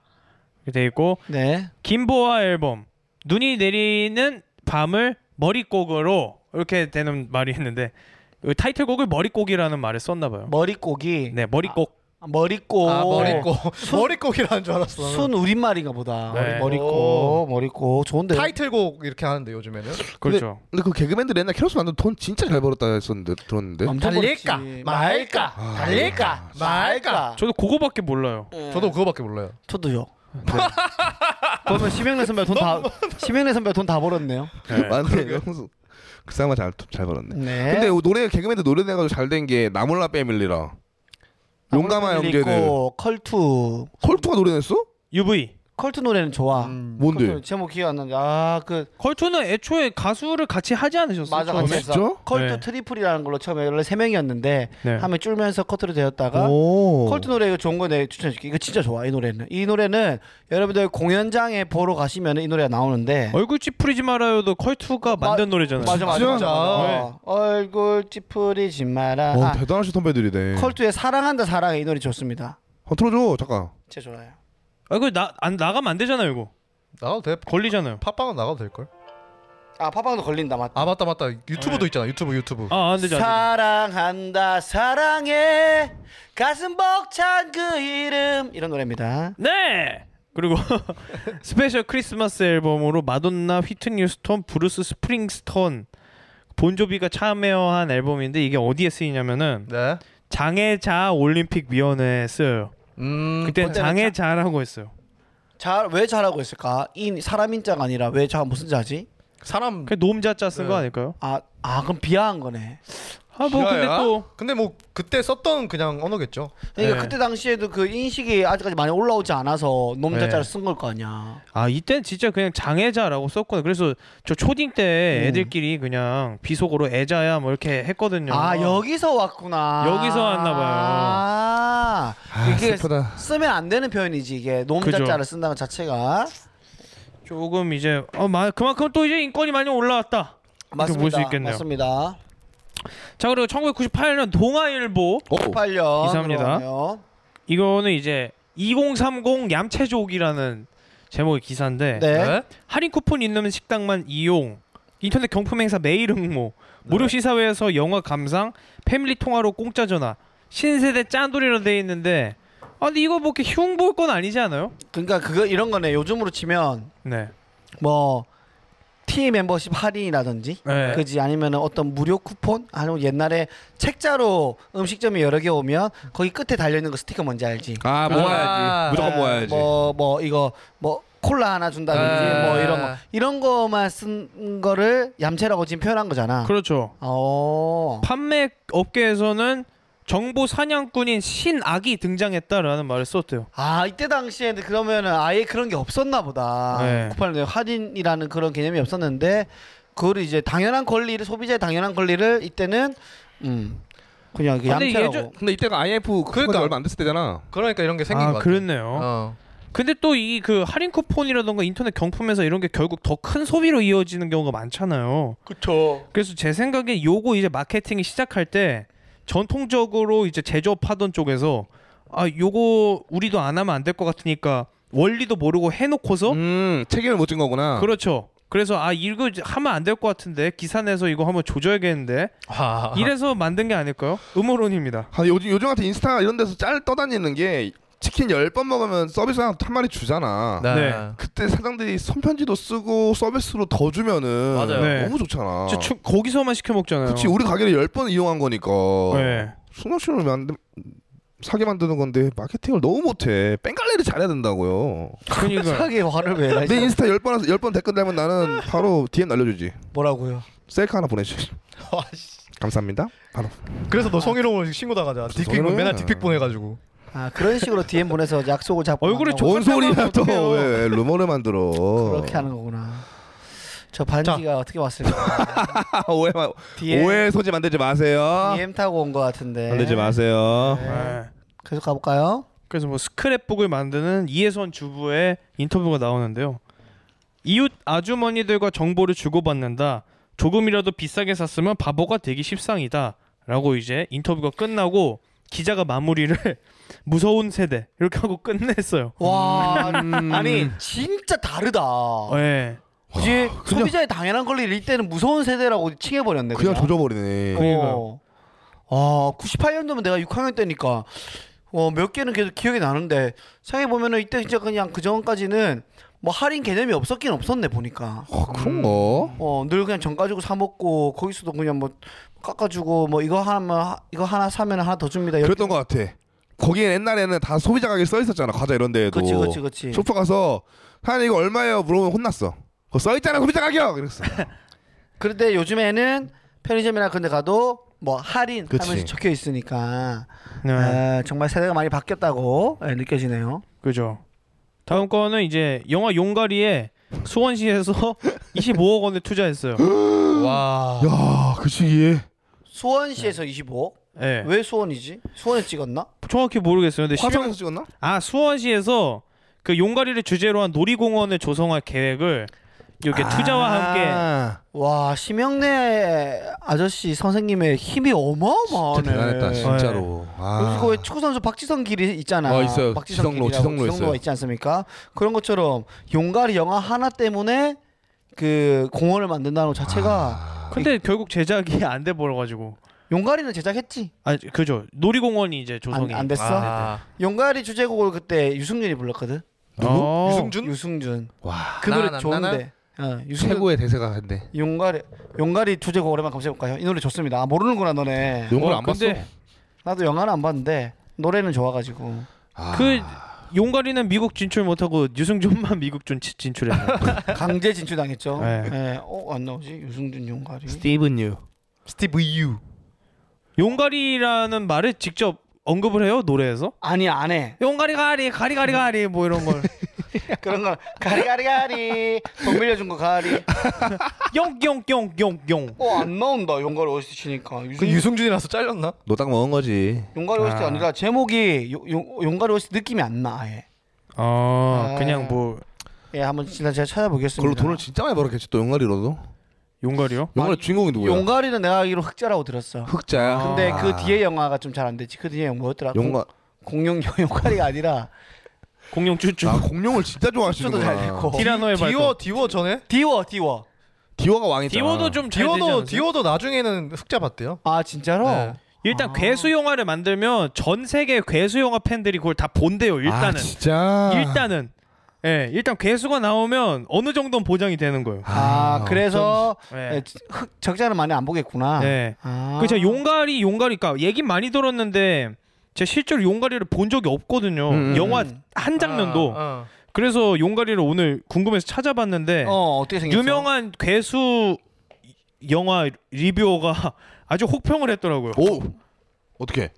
Speaker 3: 이렇게 돼 있고
Speaker 1: 네.
Speaker 3: 김보아 앨범 눈이 내리는 밤을 머릿곡으로 이렇게 되는 말이 있는데 여기 타이틀곡을 머릿곡이라는 말을 썼나 봐요.
Speaker 1: 머릿고기.
Speaker 3: 어. 네, 머릿곡.
Speaker 1: 머릿고.
Speaker 4: 아 머리꼬.
Speaker 3: <laughs>
Speaker 1: 순-
Speaker 4: 머리꼬기라는 줄 알았어.
Speaker 1: 순 우리말인가 보다.
Speaker 3: 네.
Speaker 1: 머리꼬. 머리꼬. 좋은데.
Speaker 4: 타이틀곡 이렇게 하는데 요즘에는
Speaker 3: 그렇죠.
Speaker 2: 근데 그 개그맨들 옛날 캐럿 만든 돈 진짜 잘 벌었다 했었는데 들었는데
Speaker 1: 엄청
Speaker 4: 달릴까
Speaker 1: 그렇지.
Speaker 4: 말까 달릴까 말까
Speaker 3: 저도 그거밖에 몰라요.
Speaker 1: 네.
Speaker 4: 저도 그거밖에 몰라요
Speaker 1: 저도요.
Speaker 2: 네.
Speaker 1: 그러면 심형래 선배 돈다 심형래 선배 돈 다 벌었네요.
Speaker 2: <laughs> 아, 맞네 영수 그 쌍마 잘잘 벌었네
Speaker 1: 네.
Speaker 2: 근데 노래 개그맨들 노래 내가지고 잘 된 게 나몰라 패밀리랑 용감한
Speaker 1: 아무래도
Speaker 2: 형제들
Speaker 1: 있고, 컬투
Speaker 2: 컬투가 노래 냈어?
Speaker 3: UV.
Speaker 1: 컬투 노래는 좋아.
Speaker 4: 음.
Speaker 2: 뭔데?
Speaker 1: 컬투 제목 기억 안 나는데 아그
Speaker 3: 컬투는 애초에 가수를 같이 하지 않으셨어요?
Speaker 1: 맞아
Speaker 3: 처음에?
Speaker 1: 같이 했어.
Speaker 2: 진짜?
Speaker 1: 컬투
Speaker 3: 네.
Speaker 1: 트리플이라는 걸로 처음에 원래 세 명이었는데
Speaker 3: 네.
Speaker 1: 한 명 줄면서 컬투로 되었다가
Speaker 2: 오.
Speaker 1: 컬트 노래 이거 좋은 거 내가 추천해줄게. 이거 진짜 좋아 이 노래는. 이 노래는 여러분들 공연장에 보러 가시면 이 노래가 나오는데
Speaker 3: 얼굴 찌푸리지 말아요도 컬투가
Speaker 1: 마-
Speaker 3: 만든 노래잖아요.
Speaker 1: 맞아 맞아 맞아.
Speaker 2: 진짜?
Speaker 1: 맞아. 얼굴 찌푸리지 마라.
Speaker 2: 와,
Speaker 1: 아,
Speaker 2: 어, 대단하신 선배들이네.
Speaker 1: 컬투의 사랑한다 사랑해 이 노래 좋습니다.
Speaker 2: 어, 틀어줘 잠깐.
Speaker 1: 진짜 좋아요.
Speaker 3: 아, 이거 나, 안, 나가면 안 되잖아요, 이거.
Speaker 4: 나가도 돼
Speaker 3: 걸리잖아요.
Speaker 4: 팟빵은 나가도 될걸
Speaker 1: 아 팝빵도 걸린다 맞다.
Speaker 4: 아 맞다 맞다 유튜브도 있잖아 유튜브 유튜브
Speaker 3: 네. 아, 안 되지, 안 되지.
Speaker 1: 사랑한다 사랑해 가슴 벅찬 그 이름 이런 노래입니다.
Speaker 3: 네! 그리고 <laughs> 스페셜 크리스마스 앨범으로 마돈나, 휘트니 휴스턴, 브루스 스프링스턴, 본조비가 참여한 앨범인데 이게 어디에 쓰이냐면은
Speaker 4: 네
Speaker 3: 장애자 올림픽 위원회에 쓰여요.
Speaker 4: 음,
Speaker 3: 그때
Speaker 1: 그때는
Speaker 3: 장애자라고 했어요.
Speaker 1: 잘왜 잘하고 있을까? 인 사람 인자가 아니라 왜자 무슨 자지?
Speaker 4: 사람
Speaker 3: 그 노음자자 쓴 거
Speaker 4: 네.
Speaker 3: 아닐까요?
Speaker 1: 아, 아 그럼 비하한 거네.
Speaker 3: 아 뭐 근데
Speaker 2: 기아야?
Speaker 3: 또
Speaker 4: 근데 뭐 그때 썼던 그냥 언어겠죠
Speaker 1: 그러니까
Speaker 3: 네.
Speaker 1: 그때 당시에도 그 인식이 아직까지 많이 올라오지 않아서
Speaker 3: 네.
Speaker 1: 놈자자를 쓴 걸 거 아니야.
Speaker 3: 아 이땐 진짜 그냥 장애자라고 썼구나. 그래서 저 초딩 때 애들끼리 그냥 비속어로 애자야 뭐 이렇게 했거든요.
Speaker 1: 아 여기서 왔구나.
Speaker 3: 여기서 왔나 봐요.
Speaker 1: 아, 이게
Speaker 2: 슬프다.
Speaker 1: 쓰면 안 되는 표현이지 이게 놈자자를 쓴다는 것 자체가
Speaker 3: 조금 이제 어 마, 그만큼 또 이제 인권이 많이 올라왔다. 이렇게
Speaker 1: 맞습니다.
Speaker 3: 볼수 있겠네요.
Speaker 1: 맞습니다.
Speaker 3: 자 그리고 1998년 동아일보
Speaker 2: 오.
Speaker 1: 98년
Speaker 3: 이사입니다. 이거는 이제 2030 얌체족이라는 제목의 기사인데
Speaker 1: 네.
Speaker 3: 할인 쿠폰 있는 식당만 이용 인터넷 경품 행사 매일 응모 무료 시사회에서 영화 감상 패밀리 통화로 공짜 전화 신세대 짠돌이로 돼 있는데 아 근데 이거 뭐 이렇게 흉볼 건 아니지 않아요?
Speaker 1: 그러니까 그거 이런 거네. 요즘으로 치면
Speaker 3: 네.
Speaker 1: 뭐 T 멤버십 할인이라든지
Speaker 3: 네.
Speaker 1: 그지 아니면은 어떤 무료 쿠폰 아니면 옛날에 책자로 음식점이 여러 개 오면 거기 끝에 달려 있는 거 스티커 그 뭔지 알지?
Speaker 2: 아 모아야지.
Speaker 4: 아.
Speaker 2: 무조건 모아야지.
Speaker 1: 뭐 뭐 이거 뭐 콜라 하나 준다든지
Speaker 3: 아.
Speaker 1: 뭐 이런 거 이런 거만 쓴 거를 얌체라고 지금 표현한 거잖아.
Speaker 3: 그렇죠.
Speaker 1: 어.
Speaker 3: 판매 업계에서는 정보 사냥꾼인 신악이 등장했다라는 말을 썼대요.
Speaker 1: 아 이때 당시에는 그러면은 아예 그런 게 없었나 보다.
Speaker 3: 네.
Speaker 1: 98년 할인이라는 그런 개념이 없었는데 그걸 이제 당연한 권리를 소비자의 당연한 권리를 이때는 음 그냥 그
Speaker 3: 근데
Speaker 1: 얌체라고.
Speaker 3: 예전-
Speaker 2: 근데 이때가 IMF 그러니
Speaker 4: 그러니까.
Speaker 2: 얼마 안 됐을 때잖아.
Speaker 4: 그러니까 이런 게 생긴
Speaker 3: 아,
Speaker 4: 것 같아.
Speaker 3: 그랬네요.
Speaker 4: 어.
Speaker 3: 근데 또 이 그 할인 쿠폰이라던가 인터넷 경품에서 이런 게 결국 더 큰 소비로 이어지는 경우가 많잖아요.
Speaker 1: 그쵸.
Speaker 3: 그래서 제 생각에 요거 이제 마케팅이 시작할 때 전통적으로 이제 제조업하던 쪽에서 아 요거 우리도 안 하면 안 될 것 같으니까 원리도 모르고 해놓고서
Speaker 2: 음, 책임을 못 진
Speaker 4: 아.
Speaker 2: 거구나.
Speaker 3: 그렇죠. 그래서 아 이거 이제 하면 안 될 것 같은데 기사 내서 이거 한번 조져야겠는데
Speaker 4: 아,
Speaker 3: 이래서 만든 게 아닐까요? 음모론입니다.
Speaker 2: 아, 요즘 요즘 같은 인스타 이런 데서 짤 떠다니는 게 치킨 10번 먹으면 서비스 한, 한 마리 주잖아.
Speaker 4: 네.
Speaker 3: 네.
Speaker 2: 그때 사장들이 손편지도 쓰고 서비스로 더 주면은
Speaker 4: 맞아요.
Speaker 3: 네.
Speaker 2: 너무 좋잖아.
Speaker 3: 저 추- 거기서만 시켜 먹잖아요.
Speaker 2: 그치 우리 가게를 10번 이용한 거니까.
Speaker 3: 어. 네.
Speaker 2: 순호 씨는 왜안 사게 만드는 건데 마케팅을 너무 못해. 뺑갈래를 잘해야 된다고요.
Speaker 1: <laughs>
Speaker 3: 그러니까
Speaker 1: 사기 화를 왜
Speaker 2: 내
Speaker 1: 내지?
Speaker 2: 인스타 10번 10번 댓글 달면 나는 바로 DM 날려주지.
Speaker 1: 뭐라고요?
Speaker 2: 셀카 하나 보내주지.
Speaker 4: 와, 씨.
Speaker 2: 감사합니다. 바로.
Speaker 4: 그래서
Speaker 3: 아.
Speaker 4: 너 성희롱으로 신고 당하자. 딕픽
Speaker 2: 성희롱이야.
Speaker 4: 맨날 딕픽 보내가지고.
Speaker 1: 아 그런 식으로 DM 보내서 약속을 잡고
Speaker 3: 얼굴에
Speaker 1: 만나고
Speaker 3: 좋은
Speaker 2: 뭔 소리야
Speaker 3: 생각하면 어떡해요.
Speaker 2: 또왜 루머를 만들어.
Speaker 1: 그렇게 하는 거구나. 저 반지가 어떻게 왔을까?
Speaker 2: 아, 오해 마-
Speaker 1: DM,
Speaker 2: 오해 소지 만들지 마세요.
Speaker 1: DM 타고 온 거 같은데.
Speaker 2: 만들지 마세요.
Speaker 3: 네.
Speaker 1: 계속 가볼까요?
Speaker 3: 그래서 뭐 스크랩북을 만드는 이혜선 주부의 인터뷰가 나오는데요. 이웃 아주머니들과 정보를 주고받는다. 조금이라도 비싸게 샀으면 바보가 되기 십상이다. 라고 이제 인터뷰가 끝나고 기자가 마무리를 <laughs> 무서운 세대 이렇게 하고 끝냈어요.
Speaker 1: 와 아니 진짜 다르다.
Speaker 2: 아.
Speaker 3: 예.
Speaker 1: 이제
Speaker 2: 그냥-
Speaker 1: 소비자의 당연한 권리를 이때는 무서운 세대라고 칭해버렸네.
Speaker 2: 그냥
Speaker 1: 그냥,
Speaker 2: 조져버리네.
Speaker 1: 어. 아 98년도면 내가 6학년 때니까 어, 몇 개는 계속 기억이 나는데 생각해 보면은 이때 진짜 그냥 그 전까지는 뭐 할인 개념이 없었긴 없었네 보니까.
Speaker 2: 아, 그런 거.
Speaker 1: 어, 늘 그냥 전 가지고 사 먹고 거기서도 그냥 뭐 깎아주고 뭐 이거 하면 하- 이거 하나 사면 하나 더 줍니다. 이렇게.
Speaker 2: 그랬던 것 같아. 거기에 옛날에는 다 소비자 가격 써 있었잖아. 과자 이런 데에도.
Speaker 1: 그치 그치 그치.
Speaker 2: 소파 가서 한 이거 얼마예요? 물어보면 혼났어. 그거 써 있잖아 소비자 가격. 이랬어.
Speaker 1: 그런데 요즘에는 편의점이나 그런 데 가도 뭐 할인
Speaker 2: 그치.
Speaker 1: 하면서 적혀 있으니까
Speaker 3: 네.
Speaker 1: 아, 정말 세대가 많이 바뀌었다고 예, 느껴지네요.
Speaker 3: 그죠. 다음 거는 이제 영화 용가리에 수원시에서 25억 원을 투자했어요. 아.
Speaker 4: 와.
Speaker 2: 야, 그 시기에.
Speaker 1: 수원시에서
Speaker 2: 네.
Speaker 1: 25.
Speaker 3: 예.
Speaker 1: 왜 수원이지? 수원에 찍었나?
Speaker 3: 정확히 모르겠어요. 근데
Speaker 2: 화성에서 찍었나?
Speaker 3: 아 수원시에서 그 용가리를 주제로 한 놀이공원을 조성할 계획을 이렇게 투자와 함께
Speaker 2: 아,
Speaker 1: 와 심영래 아저씨 선생님의 힘이 어마어마하네.
Speaker 2: 아.
Speaker 1: 그리고 왜 축구 선수 박지성 길이 있잖아.
Speaker 2: 어, 있어요.
Speaker 1: 박지성
Speaker 2: 지성로,
Speaker 1: 길이라고
Speaker 2: 지성로
Speaker 1: 지성로가
Speaker 2: 있어요.
Speaker 1: 있지 않습니까? 그런 것처럼 용가리 영화 하나 때문에 그 공원을 만든다는 것 자체가
Speaker 2: 아.
Speaker 3: 근데 결국 제작이 안 돼 버려가지고
Speaker 1: 용가리는 제작했지.
Speaker 3: 아 그죠 놀이공원이 이제
Speaker 1: 안,
Speaker 3: 조성이
Speaker 1: 안 됐어.
Speaker 4: 아.
Speaker 1: 용가리 주제곡을 그때 유승준이 불렀거든.
Speaker 3: 어.
Speaker 4: 유승준?
Speaker 1: 유승준.
Speaker 2: 와.
Speaker 1: 그 노래
Speaker 4: 나나,
Speaker 1: 좋은데. 어, 유승준
Speaker 2: 대세가 한데.
Speaker 1: 용가리 용가리 주제곡 오랜만 검색해볼까요? 이 노래 좋습니다. 아, 모르는구나 너네.
Speaker 2: 용을
Speaker 3: 어,
Speaker 2: 안
Speaker 3: 근데-
Speaker 2: 봤어.
Speaker 1: 나도 영화는 안 봤는데 노래는 좋아가지고.
Speaker 2: 아.
Speaker 3: 그 용가리는 미국 진출 못하고 유승준만 미국 진- 진출했네요.
Speaker 1: 강제 진출당했죠.
Speaker 3: 네.
Speaker 1: 예. 어안 나오지? 유승준 용가리.
Speaker 2: 스티븐 유.
Speaker 4: 스티브 유.
Speaker 3: 용가리라는 말을 직접 언급을 해요 노래에서.
Speaker 1: 아니 안 해.
Speaker 3: 용가리 가리 가리 가리 가리 뭐 이런
Speaker 4: <laughs>
Speaker 3: 걸
Speaker 1: 그런 거 가리 가리 가리. 돈 빌려준 거 가리.
Speaker 3: 용용용용용
Speaker 1: 어안 나온다 용가리 OST 치니까.
Speaker 4: 그
Speaker 1: 유승...
Speaker 4: 유승준이라서 잘렸나?
Speaker 2: 노딱 먹은 거지.
Speaker 1: 용가리 OST 가 아니라 제목이 요- 용, 용가리 OST 느낌이 안 나. 아예.
Speaker 3: 아
Speaker 1: 아.
Speaker 3: 그냥 뭐
Speaker 1: 예 한번 일단 제가 찾아보겠습니다.
Speaker 2: 그걸로 돈을 진짜 많이 벌었겠지 또 용가리로도.
Speaker 3: 용가리요?
Speaker 2: 용가리 주인공이 누구야?
Speaker 1: 용가리는 내가 알기로 흑자라고 들었어.
Speaker 2: 흑자야.
Speaker 1: 근데
Speaker 2: 아.
Speaker 1: 그 뒤에 영화가 좀 잘 안 되지. 그 뒤에 영화 뭐였더라?
Speaker 2: 용가
Speaker 1: 공룡 용가리가 아니라
Speaker 3: 공룡 쭈쭈 <laughs>
Speaker 2: 아 공룡을 진짜
Speaker 1: 쭈도 <laughs>
Speaker 2: 좋아하시는구나.
Speaker 1: 잘 됐고.
Speaker 3: 티라노의 발톱
Speaker 4: 디워 디워 전에?
Speaker 1: 디워 디워.
Speaker 2: 디워가 왕이잖아.
Speaker 3: 디워도 좀잘 되지
Speaker 4: 디워도
Speaker 3: 않았어요?
Speaker 4: 디워도 나중에는 흑자 봤대요.
Speaker 1: 아 진짜로?
Speaker 4: 네.
Speaker 3: 일단 괴수 영화를 만들면 전 세계 괴수 영화 팬들이 그걸 다 본대요.
Speaker 2: 아
Speaker 3: 일단은
Speaker 2: 진짜.
Speaker 3: 일단은 예 일단 괴수가 나오면 어느 정도는 보장이 되는 거예요.
Speaker 1: 아,
Speaker 2: 아,
Speaker 1: 그래서
Speaker 3: 예.
Speaker 1: 예, 흑- 적자는 많이 안 보겠구나.
Speaker 3: 예.
Speaker 1: 아.
Speaker 3: 그 제가 용가리 용가리까 얘기 많이 들었는데 제가 실제로 용가리를 본 적이 없거든요.
Speaker 2: 음, 음,
Speaker 3: 영화
Speaker 1: 음.
Speaker 3: 한 장면도
Speaker 4: 아, 아.
Speaker 3: 그래서 용가리를 오늘 궁금해서 찾아봤는데
Speaker 1: 어 어떻게 생겼어?
Speaker 3: 예. 유명한 괴수 영화 리뷰어가 <laughs> 아주 혹평을 했더라고요.
Speaker 2: 오 어떻게?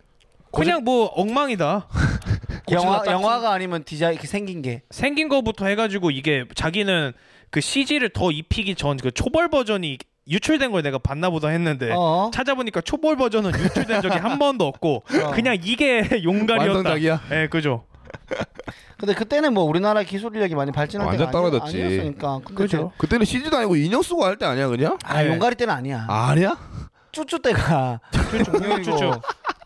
Speaker 3: 그냥 뭐 엉망이다.
Speaker 1: 영화
Speaker 4: 고추가
Speaker 1: 영화가 아니면 디자인 이렇게 생긴 게
Speaker 3: 생긴 거부터 해가지고 이게 자기는 그 CG를 더 입히기 전 그 초벌 버전이 유출된 걸 내가 봤나 보다 했는데
Speaker 1: 어.
Speaker 3: 찾아보니까 초벌 버전은 유출된 적이 한 번도 없고 그냥 이게 <laughs> 용가리였다.
Speaker 2: 완성작이야.
Speaker 3: 예, 그죠.
Speaker 1: 근데 그때는 뭐 우리나라 기술 인력이 많이 발전한
Speaker 2: 완전
Speaker 1: 때가 아니,
Speaker 2: 떨어졌지.
Speaker 1: 아니었으니까. 근데
Speaker 3: 그죠.
Speaker 2: 그때는 CG도 아니고 인형 쓰고 할 때 아니야 그냥?
Speaker 1: 그- 아
Speaker 3: 네.
Speaker 1: 용가리 때는 아니야.
Speaker 2: 아니야?
Speaker 1: 쭈쭈 때가 <laughs>
Speaker 3: 쭈쭈, 쭈쭈.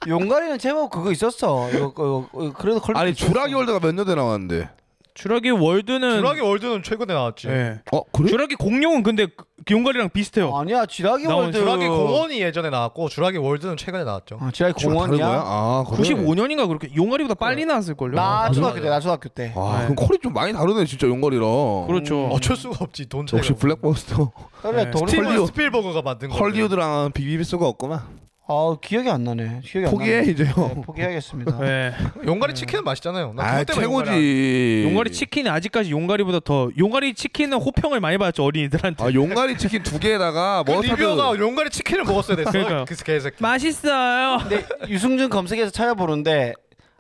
Speaker 1: 용가리는 제법 그거 있었어. 이거, 이거, 이거 그래도 컬.
Speaker 2: 아니 주라기 월드가 몇 년대 나왔는데?
Speaker 3: 주라기 월드는
Speaker 4: 주라기 월드는 최근에 나왔지.
Speaker 3: 예.
Speaker 2: 어 그래?
Speaker 3: 주라기 공룡은 근데 그 용가리랑 비슷해요.
Speaker 1: 아니야 지라기
Speaker 3: 나온
Speaker 1: 월드.
Speaker 4: 주라기 공원이 예전에 나왔고 주라기 월드는 최근에 나왔죠.
Speaker 1: 아, 지라기
Speaker 2: 주라 다른 거야?
Speaker 1: 공원이야.
Speaker 2: 아 그래.
Speaker 3: 95년인가 그렇게 용가리보다 빨리 나왔을 걸요.
Speaker 1: 나
Speaker 4: 맞아,
Speaker 1: 초등학교
Speaker 4: 맞아.
Speaker 1: 때, 나 초등학교 때.
Speaker 2: 아 그럼 콜이 좀 많이 다르네 진짜 용거리랑.
Speaker 3: 그렇죠.
Speaker 4: 어쩔 수가 없지 돈 차이.
Speaker 2: 역시 음. 블랙버스터
Speaker 1: 그래
Speaker 3: 네.
Speaker 1: 돈
Speaker 4: 스티븐
Speaker 2: 헐리우드.
Speaker 4: 스필버거가 만든 거.
Speaker 2: 헐리우드랑 비비비 수가 없구만.
Speaker 1: 아 기억이 안 나네. 기억이
Speaker 2: 포기해
Speaker 1: 안
Speaker 2: 이제
Speaker 1: 나네.
Speaker 2: 형.
Speaker 1: 네, 포기하겠습니다.
Speaker 3: 예.
Speaker 4: 용가리 치킨은 맛있잖아요. 나
Speaker 2: 음. 아
Speaker 4: 그것 때문에 용가리 안-
Speaker 2: 최고지.
Speaker 3: 용가리 치킨은 아직까지 용가리보다 더 용가리 치킨은 호평을 많이 받았죠 어린이들한테.
Speaker 2: 아 용가리 치킨 두 개에다가
Speaker 4: 그
Speaker 2: 머스타드.
Speaker 4: 리뷰어가 용가리 치킨을 먹었어야
Speaker 3: 그러니까요.
Speaker 4: 됐어. 그 개새끼.
Speaker 3: 맛있어요.
Speaker 1: 근데 유승준 검색해서 찾아보는데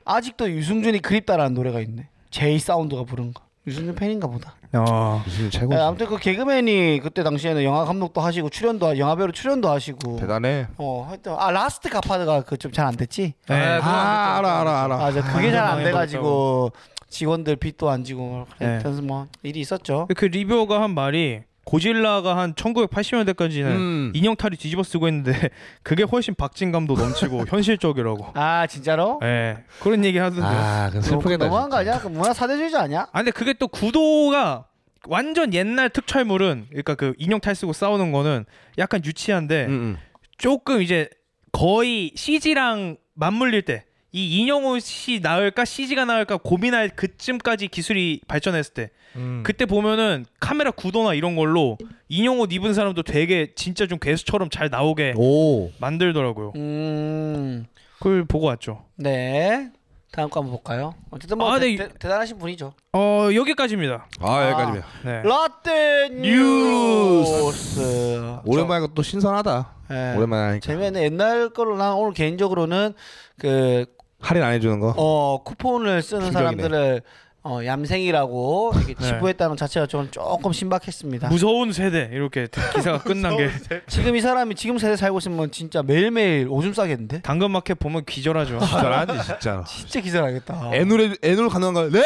Speaker 1: 아직도 유승준이 그립다라는 노래가 있네. 제이 사운드가 부른 거. 유승준 팬인가 보다.
Speaker 3: 어.
Speaker 2: 무슨 최고지.
Speaker 1: 야, 아무튼 그 개그맨이 그때 당시에는 영화 감독도 하시고 출연도 하- 영화 배우 출연도 하시고.
Speaker 2: 대단해.
Speaker 1: 어, 하여튼 아 라스트 가파드가 그 좀 잘 안 됐지?
Speaker 3: 네.
Speaker 4: 아,
Speaker 2: 아 알아 알아 알아.
Speaker 1: 맞아. 그게 잘 안
Speaker 3: 아,
Speaker 1: 돼 가지고 직원들 빚도 안 지고
Speaker 3: 네.
Speaker 1: 그래서 뭐 일이 있었죠.
Speaker 3: 그 리뷰어가 한 말이 고질라가 한 1980년대까지는
Speaker 2: 음.
Speaker 3: 인형 탈이 뒤집어 쓰고 했는데 그게 훨씬 박진감도 넘치고 현실적이라고.
Speaker 1: 아, 진짜로? 뭐
Speaker 3: 예. 그런 얘기 하던데. 아.
Speaker 2: 아
Speaker 1: 너무-
Speaker 2: 그럼 네, 슬프겠다.
Speaker 1: 너무한 거 아니야? 그 문화 사대주의자 아니야?
Speaker 3: 근데 그게 또 구도가 완전 옛날 특촬물은 그러니까 그 인형 탈 쓰고 싸우는 거는 약간 유치한데
Speaker 2: 응,
Speaker 3: 조금 이제 거의 CG랑 맞물릴 때 이 인형 옷이 나을까 CG가 나을까 고민할 그쯤까지 기술이 발전했을 때
Speaker 4: 음.
Speaker 3: 그때 보면은 카메라 구도나 이런 걸로 인형 옷 입은 사람도 되게 진짜 좀 괴수처럼 잘 나오게
Speaker 2: 응. 오.
Speaker 3: 만들더라고요.
Speaker 1: 음.
Speaker 3: 그걸 보고 왔죠.
Speaker 1: 네. 다음 거 한번 볼까요? 어쨌든 뭐
Speaker 3: 아,
Speaker 1: 대,
Speaker 3: 네.
Speaker 1: 대, 대단하신 분이죠.
Speaker 3: 어 여기까지입니다.
Speaker 2: 아 여기까지입니다.
Speaker 3: 네.
Speaker 1: 라떼
Speaker 2: 뉴스.
Speaker 1: 뉴스.
Speaker 2: 오랜만에 또 신선하다.
Speaker 1: 저- 예.
Speaker 2: 오랜만에 하니까.
Speaker 1: 재미있는 옛날 걸로 난 오늘 개인적으로는 그
Speaker 2: 할인 안 해주는 거.
Speaker 1: 어, 쿠폰을 쓰는
Speaker 2: 충격이네.
Speaker 1: 사람들을 어, 얌생이라고 이렇게
Speaker 3: 네.
Speaker 1: 지부했다는 자체가 저는 조금 신박했습니다.
Speaker 3: 무서운 세대 이렇게 기사가 끝난 게
Speaker 1: 지금 이 사람이 지금 세대 살고 있으면 뭐 진짜 매일매일 오줌 싸겠는데?
Speaker 3: 당근마켓 보면 기절하죠.
Speaker 2: 진짜라지 진짜.
Speaker 1: 진짜
Speaker 2: <laughs>
Speaker 1: 기절하겠다.
Speaker 2: 애놀 애놀 가능한가요? 네?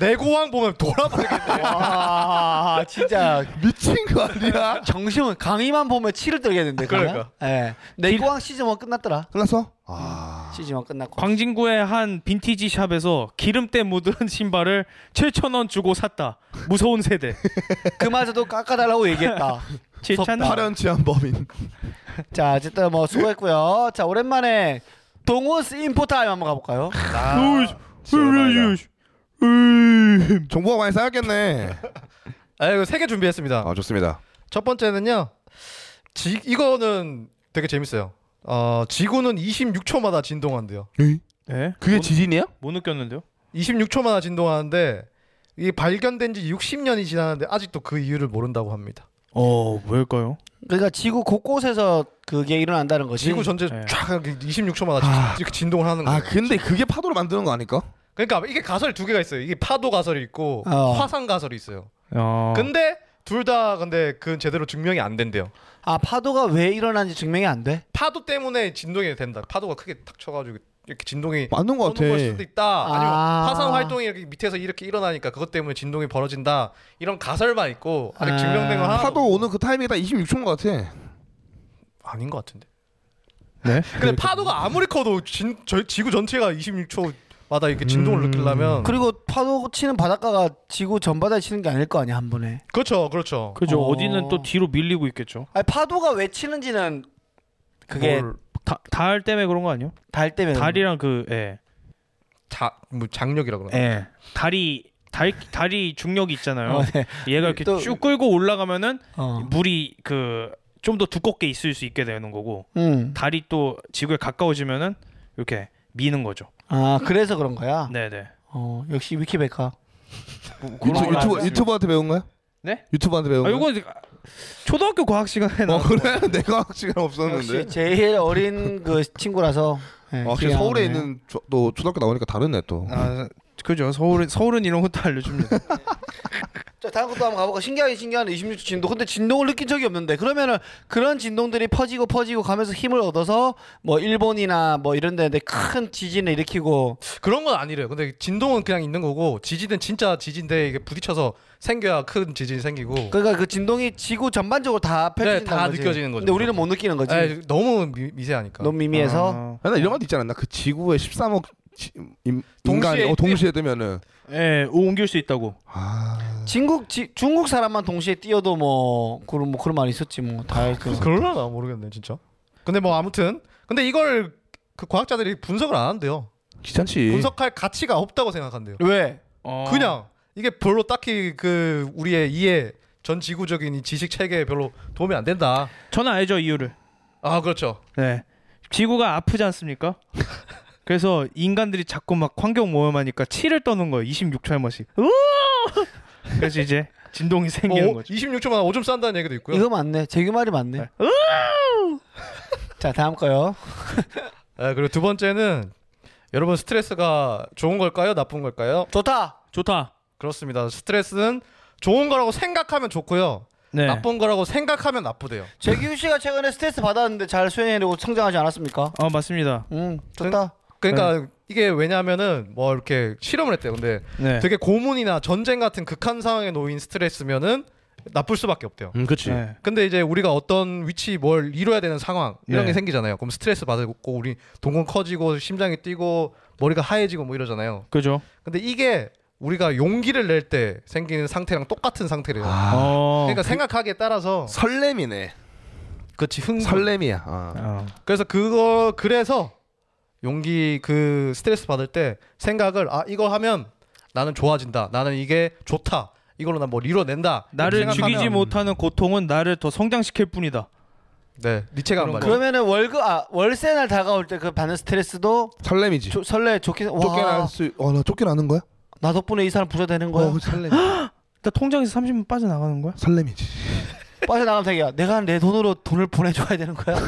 Speaker 4: 내고왕 보면
Speaker 2: <laughs>
Speaker 4: 돌아버리겠네.
Speaker 1: 와, 진짜
Speaker 2: 미친 거 아니야?
Speaker 1: 정신은 강의만 보면 치를 떨겠는데 그러면? 예. 네. 내고왕 시즌 1 끝났더라.
Speaker 2: 끝났어? 아.
Speaker 1: 시즌 1 끝났고.
Speaker 3: 광진구의 한 빈티지 샵에서 기름때 묻은 신발을 7천 원 주고 샀다. 무서운 세대.
Speaker 1: 그마저도 깎아달라고 얘기했다.
Speaker 3: 칠천
Speaker 2: 아.
Speaker 3: 원.
Speaker 2: 파렴치한 범인.
Speaker 1: 자, 어쨌든 뭐 수고했고요. 자, 오랜만에 동호스 인포타임 한번 가볼까요?
Speaker 2: 아. 정보가 많이 쌓였겠네.
Speaker 4: 아 이거 세 개 준비했습니다.
Speaker 2: 아 좋습니다.
Speaker 4: 첫 번째는요. 지, 이거는 되게 재밌어요. 어, 지구는 26초마다 진동한대요.
Speaker 3: 네.
Speaker 2: 그게 지진이야?
Speaker 3: 못 느꼈는데요?
Speaker 4: 26초마다 진동하는데 이게 발견된 지 60년이 지났는데 아직도 그 이유를 모른다고 합니다.
Speaker 3: 어, 왜일까요?
Speaker 1: 그러니까 지구 곳곳에서 그게 일어난다는 거지.
Speaker 4: 지구 전체
Speaker 3: 네.
Speaker 4: 쫙 26초마다
Speaker 2: 아.
Speaker 4: 이렇게 진동을 하는 거예요.
Speaker 2: 아 근데 그게 파도를 만드는 거 아닐까?
Speaker 4: 그러니까 이게 가설 두 개가 있어요. 이게 파도 가설이 있고
Speaker 1: 어.
Speaker 4: 화산 가설이 있어요.
Speaker 3: 어.
Speaker 4: 근데 둘 다 근데 그건 제대로 증명이 안 된대요.
Speaker 1: 아, 파도가 왜 일어나는지 증명이 안 돼?
Speaker 4: 파도 때문에 진동이 된다. 파도가 크게 탁 쳐가지고 이렇게 진동이
Speaker 2: 맞는 거 같아.
Speaker 4: 오는 걸 수도 있다. 아니면
Speaker 1: 아.
Speaker 4: 화산 활동이 이렇게 밑에서 이렇게 일어나니까 그것 때문에 진동이 벌어진다. 이런 가설만 있고 아직
Speaker 1: 아.
Speaker 4: 증명된 건 하나도
Speaker 2: 파도 오는 그 타이밍이 딱 26초인 거 같아.
Speaker 4: 아닌 것 같은데.
Speaker 3: 네.
Speaker 4: 근데 파도가 아무리 커도 진, 저, 지구 전체가 26초마다 이렇게 진동을
Speaker 3: 음.
Speaker 4: 느끼려면
Speaker 1: 그리고 파도 치는 바닷가가 지구 전바다에 치는 게 아닐 거 아니야, 한 번에.
Speaker 4: 그렇죠, 그렇죠.
Speaker 3: 그죠.
Speaker 1: 어.
Speaker 3: 어... 디는또 뒤로 밀리고 있겠죠.
Speaker 1: 아니, 파도가 왜 치는지는 그게 네.
Speaker 3: 뭘 다, 달 때문에 그런 거 아니에요?
Speaker 1: 달 때문에.
Speaker 3: 달이랑 그 예.
Speaker 4: 자, 뭐 장력이라 그러나.
Speaker 3: 예. 달이 달 달이 중력이 있잖아요.
Speaker 1: 어, 네.
Speaker 3: 얘가 이렇게
Speaker 1: 또-
Speaker 3: 쭉 끌고 올라가면은
Speaker 1: 어.
Speaker 3: 물이 그 좀 더 두껍게 있을 수 있게 되는 거고
Speaker 1: 음.
Speaker 3: 달이 또 지구에 가까워지면은 이렇게 미는 거죠.
Speaker 1: 아, 그래서 그런 거야.
Speaker 3: 네네.
Speaker 1: 어, 역시 위키백과.
Speaker 3: 뭐 그런 걸로
Speaker 2: 유튜, 유튜버
Speaker 3: 알고 있습니다.
Speaker 2: 유튜버한테 배운 거야?
Speaker 3: 네?
Speaker 2: 유튜버한테 배운
Speaker 3: 아
Speaker 2: 거야?
Speaker 3: 요거 이제 초등학교 과학 시간에
Speaker 2: 어
Speaker 3: 나온
Speaker 2: 그래? <laughs> 내가 시간 없었는데.
Speaker 1: 역시 제일 어린 그 친구라서 네,
Speaker 2: 아, 확실히
Speaker 1: 기가
Speaker 2: 서울에
Speaker 1: 막히네.
Speaker 2: 있는 조, 또 초등학교 나오니까 다르네 또.
Speaker 3: 아 그죠 서울은 서울은 이런 것도 알려줍니다.
Speaker 1: 자 다음 것도 한번 가볼까 신기하게 신기한 26초 진동 근데 진동을 느낀 적이 없는데 그러면은 그런 진동들이 퍼지고 퍼지고 가면서 힘을 얻어서 뭐 일본이나 뭐 이런 데큰 지진을 일으키고
Speaker 4: 그런 건 아니래요. 근데 진동은 그냥 있는 거고 지진은 진짜 지진데 이게 부딪혀서 생겨야 큰 지진이 생기고.
Speaker 1: 그러니까 그 진동이 지구 전반적으로 다 펼쳐진다는
Speaker 4: 다
Speaker 1: 거지.
Speaker 4: 느껴지는 거죠.
Speaker 1: 근데 우리는 못 느끼는 거지
Speaker 4: 에이, 그러니까. 너무 미, 미세하니까.
Speaker 1: 너무 미미해서
Speaker 2: 아, 나 이런 말도 있지 않았나? 그 지구에 13억 지, 인,
Speaker 4: 동시에
Speaker 2: 인간이 어,
Speaker 1: 네.
Speaker 4: 있대.
Speaker 2: 동시에 되면은
Speaker 3: 예, 옮길 수 있다고.
Speaker 2: 아
Speaker 1: 중국 지, 중국 사람만 동시에 뛰어도 뭐 그런 뭐 그런 말이 있었지 뭐다 했죠
Speaker 4: 그러려나 모르겠네 진짜. 근데 뭐 아무튼 근데 이걸 그 과학자들이 분석을 안 한대요.
Speaker 2: 귀찮지.
Speaker 4: 분석할 가치가 없다고 생각한대요.
Speaker 1: 왜
Speaker 3: 어.
Speaker 4: 그냥 이게 별로 딱히 그 우리의 이해 전 지구적인 이 지식 체계에 별로 도움이 안 된다.
Speaker 3: 저는 알죠 이유를.
Speaker 4: 아 그렇죠.
Speaker 3: 네. 지구가 아프지 않습니까? <laughs> 그래서 인간들이 자꾸 막 환경 오염하니까 치를 떠는 거예요. 26초에 한 번씩. 으아! 그래서 이제 진동이
Speaker 4: 뭐
Speaker 3: 생기는 거죠.
Speaker 4: 26초만 오줌 싼다는 얘기도 있고요.
Speaker 1: 이거 맞네 재규 말이 맞네 <laughs> 자 다음 거요
Speaker 4: 아, 그리고 두 번째는 여러분 스트레스가 좋은 걸까요? 나쁜 걸까요?
Speaker 1: 좋다
Speaker 3: 좋다.
Speaker 4: 그렇습니다. 스트레스는 좋은 거라고 생각하면 좋고요.
Speaker 3: 네.
Speaker 4: 나쁜 거라고 생각하면 나쁘대요.
Speaker 1: 재규 씨가 최근에 스트레스 받았는데 잘 수행하려고 성장하지 않았습니까
Speaker 3: 어 맞습니다.
Speaker 1: 응 좋다
Speaker 4: 그러니까 이게 왜냐면은 뭐 이렇게 실험을 했대요. 근데
Speaker 3: 네.
Speaker 4: 되게 고문이나 전쟁 같은 극한 상황에 놓인 스트레스면은 나쁠 수밖에 없대요.
Speaker 2: 음 그렇지.
Speaker 3: 네.
Speaker 4: 근데 이제 우리가 어떤 위치 뭘 이뤄야 되는 상황 이런
Speaker 3: 네.
Speaker 4: 게 생기잖아요. 그럼 스트레스 받고 우리 동공 커지고 심장이 뛰고 머리가 하얘지고 뭐 이러잖아요.
Speaker 3: 그죠.
Speaker 4: 근데 이게 우리가 용기를 낼 때 생기는 상태랑 똑같은 상태래요.
Speaker 2: 아,
Speaker 3: 어.
Speaker 4: 그러니까 생각하기에 따라서
Speaker 2: 설렘이네.
Speaker 4: 그렇지
Speaker 1: 음.
Speaker 4: 흥분.
Speaker 2: 설렘이야. 아.
Speaker 3: 어.
Speaker 4: 그래서 그거 그래서 용기 그 스트레스 받을 때 생각을 아 이거 하면 나는 좋아진다. 나는 이게 좋다. 이걸로 난 뭘 이뤄낸다. 이렇게
Speaker 3: 나를
Speaker 4: 생각하면-
Speaker 3: 죽이지 못하는 고통은 나를 더 성장시킬 뿐이다.
Speaker 4: 네 니체가 한 말이에요.
Speaker 1: 그러면은 월급 아 월세 날 다가올 때 그 받는 스트레스도
Speaker 2: 설렘이지.
Speaker 1: 조, 설레 좋게
Speaker 2: 네. 쫓겨날
Speaker 1: 와나
Speaker 2: 수. 어나 쫓겨나는 거야?
Speaker 1: 덕분에 이 사람 부자 되는 거야
Speaker 2: 어, 설렘.
Speaker 3: 나 통장에서 30분 빠져나가는 거야?
Speaker 2: 설렘이지.
Speaker 1: 빠져나가면 자기야 내가 내 돈으로 돈을 보내줘야 되는
Speaker 2: <laughs>
Speaker 1: 거야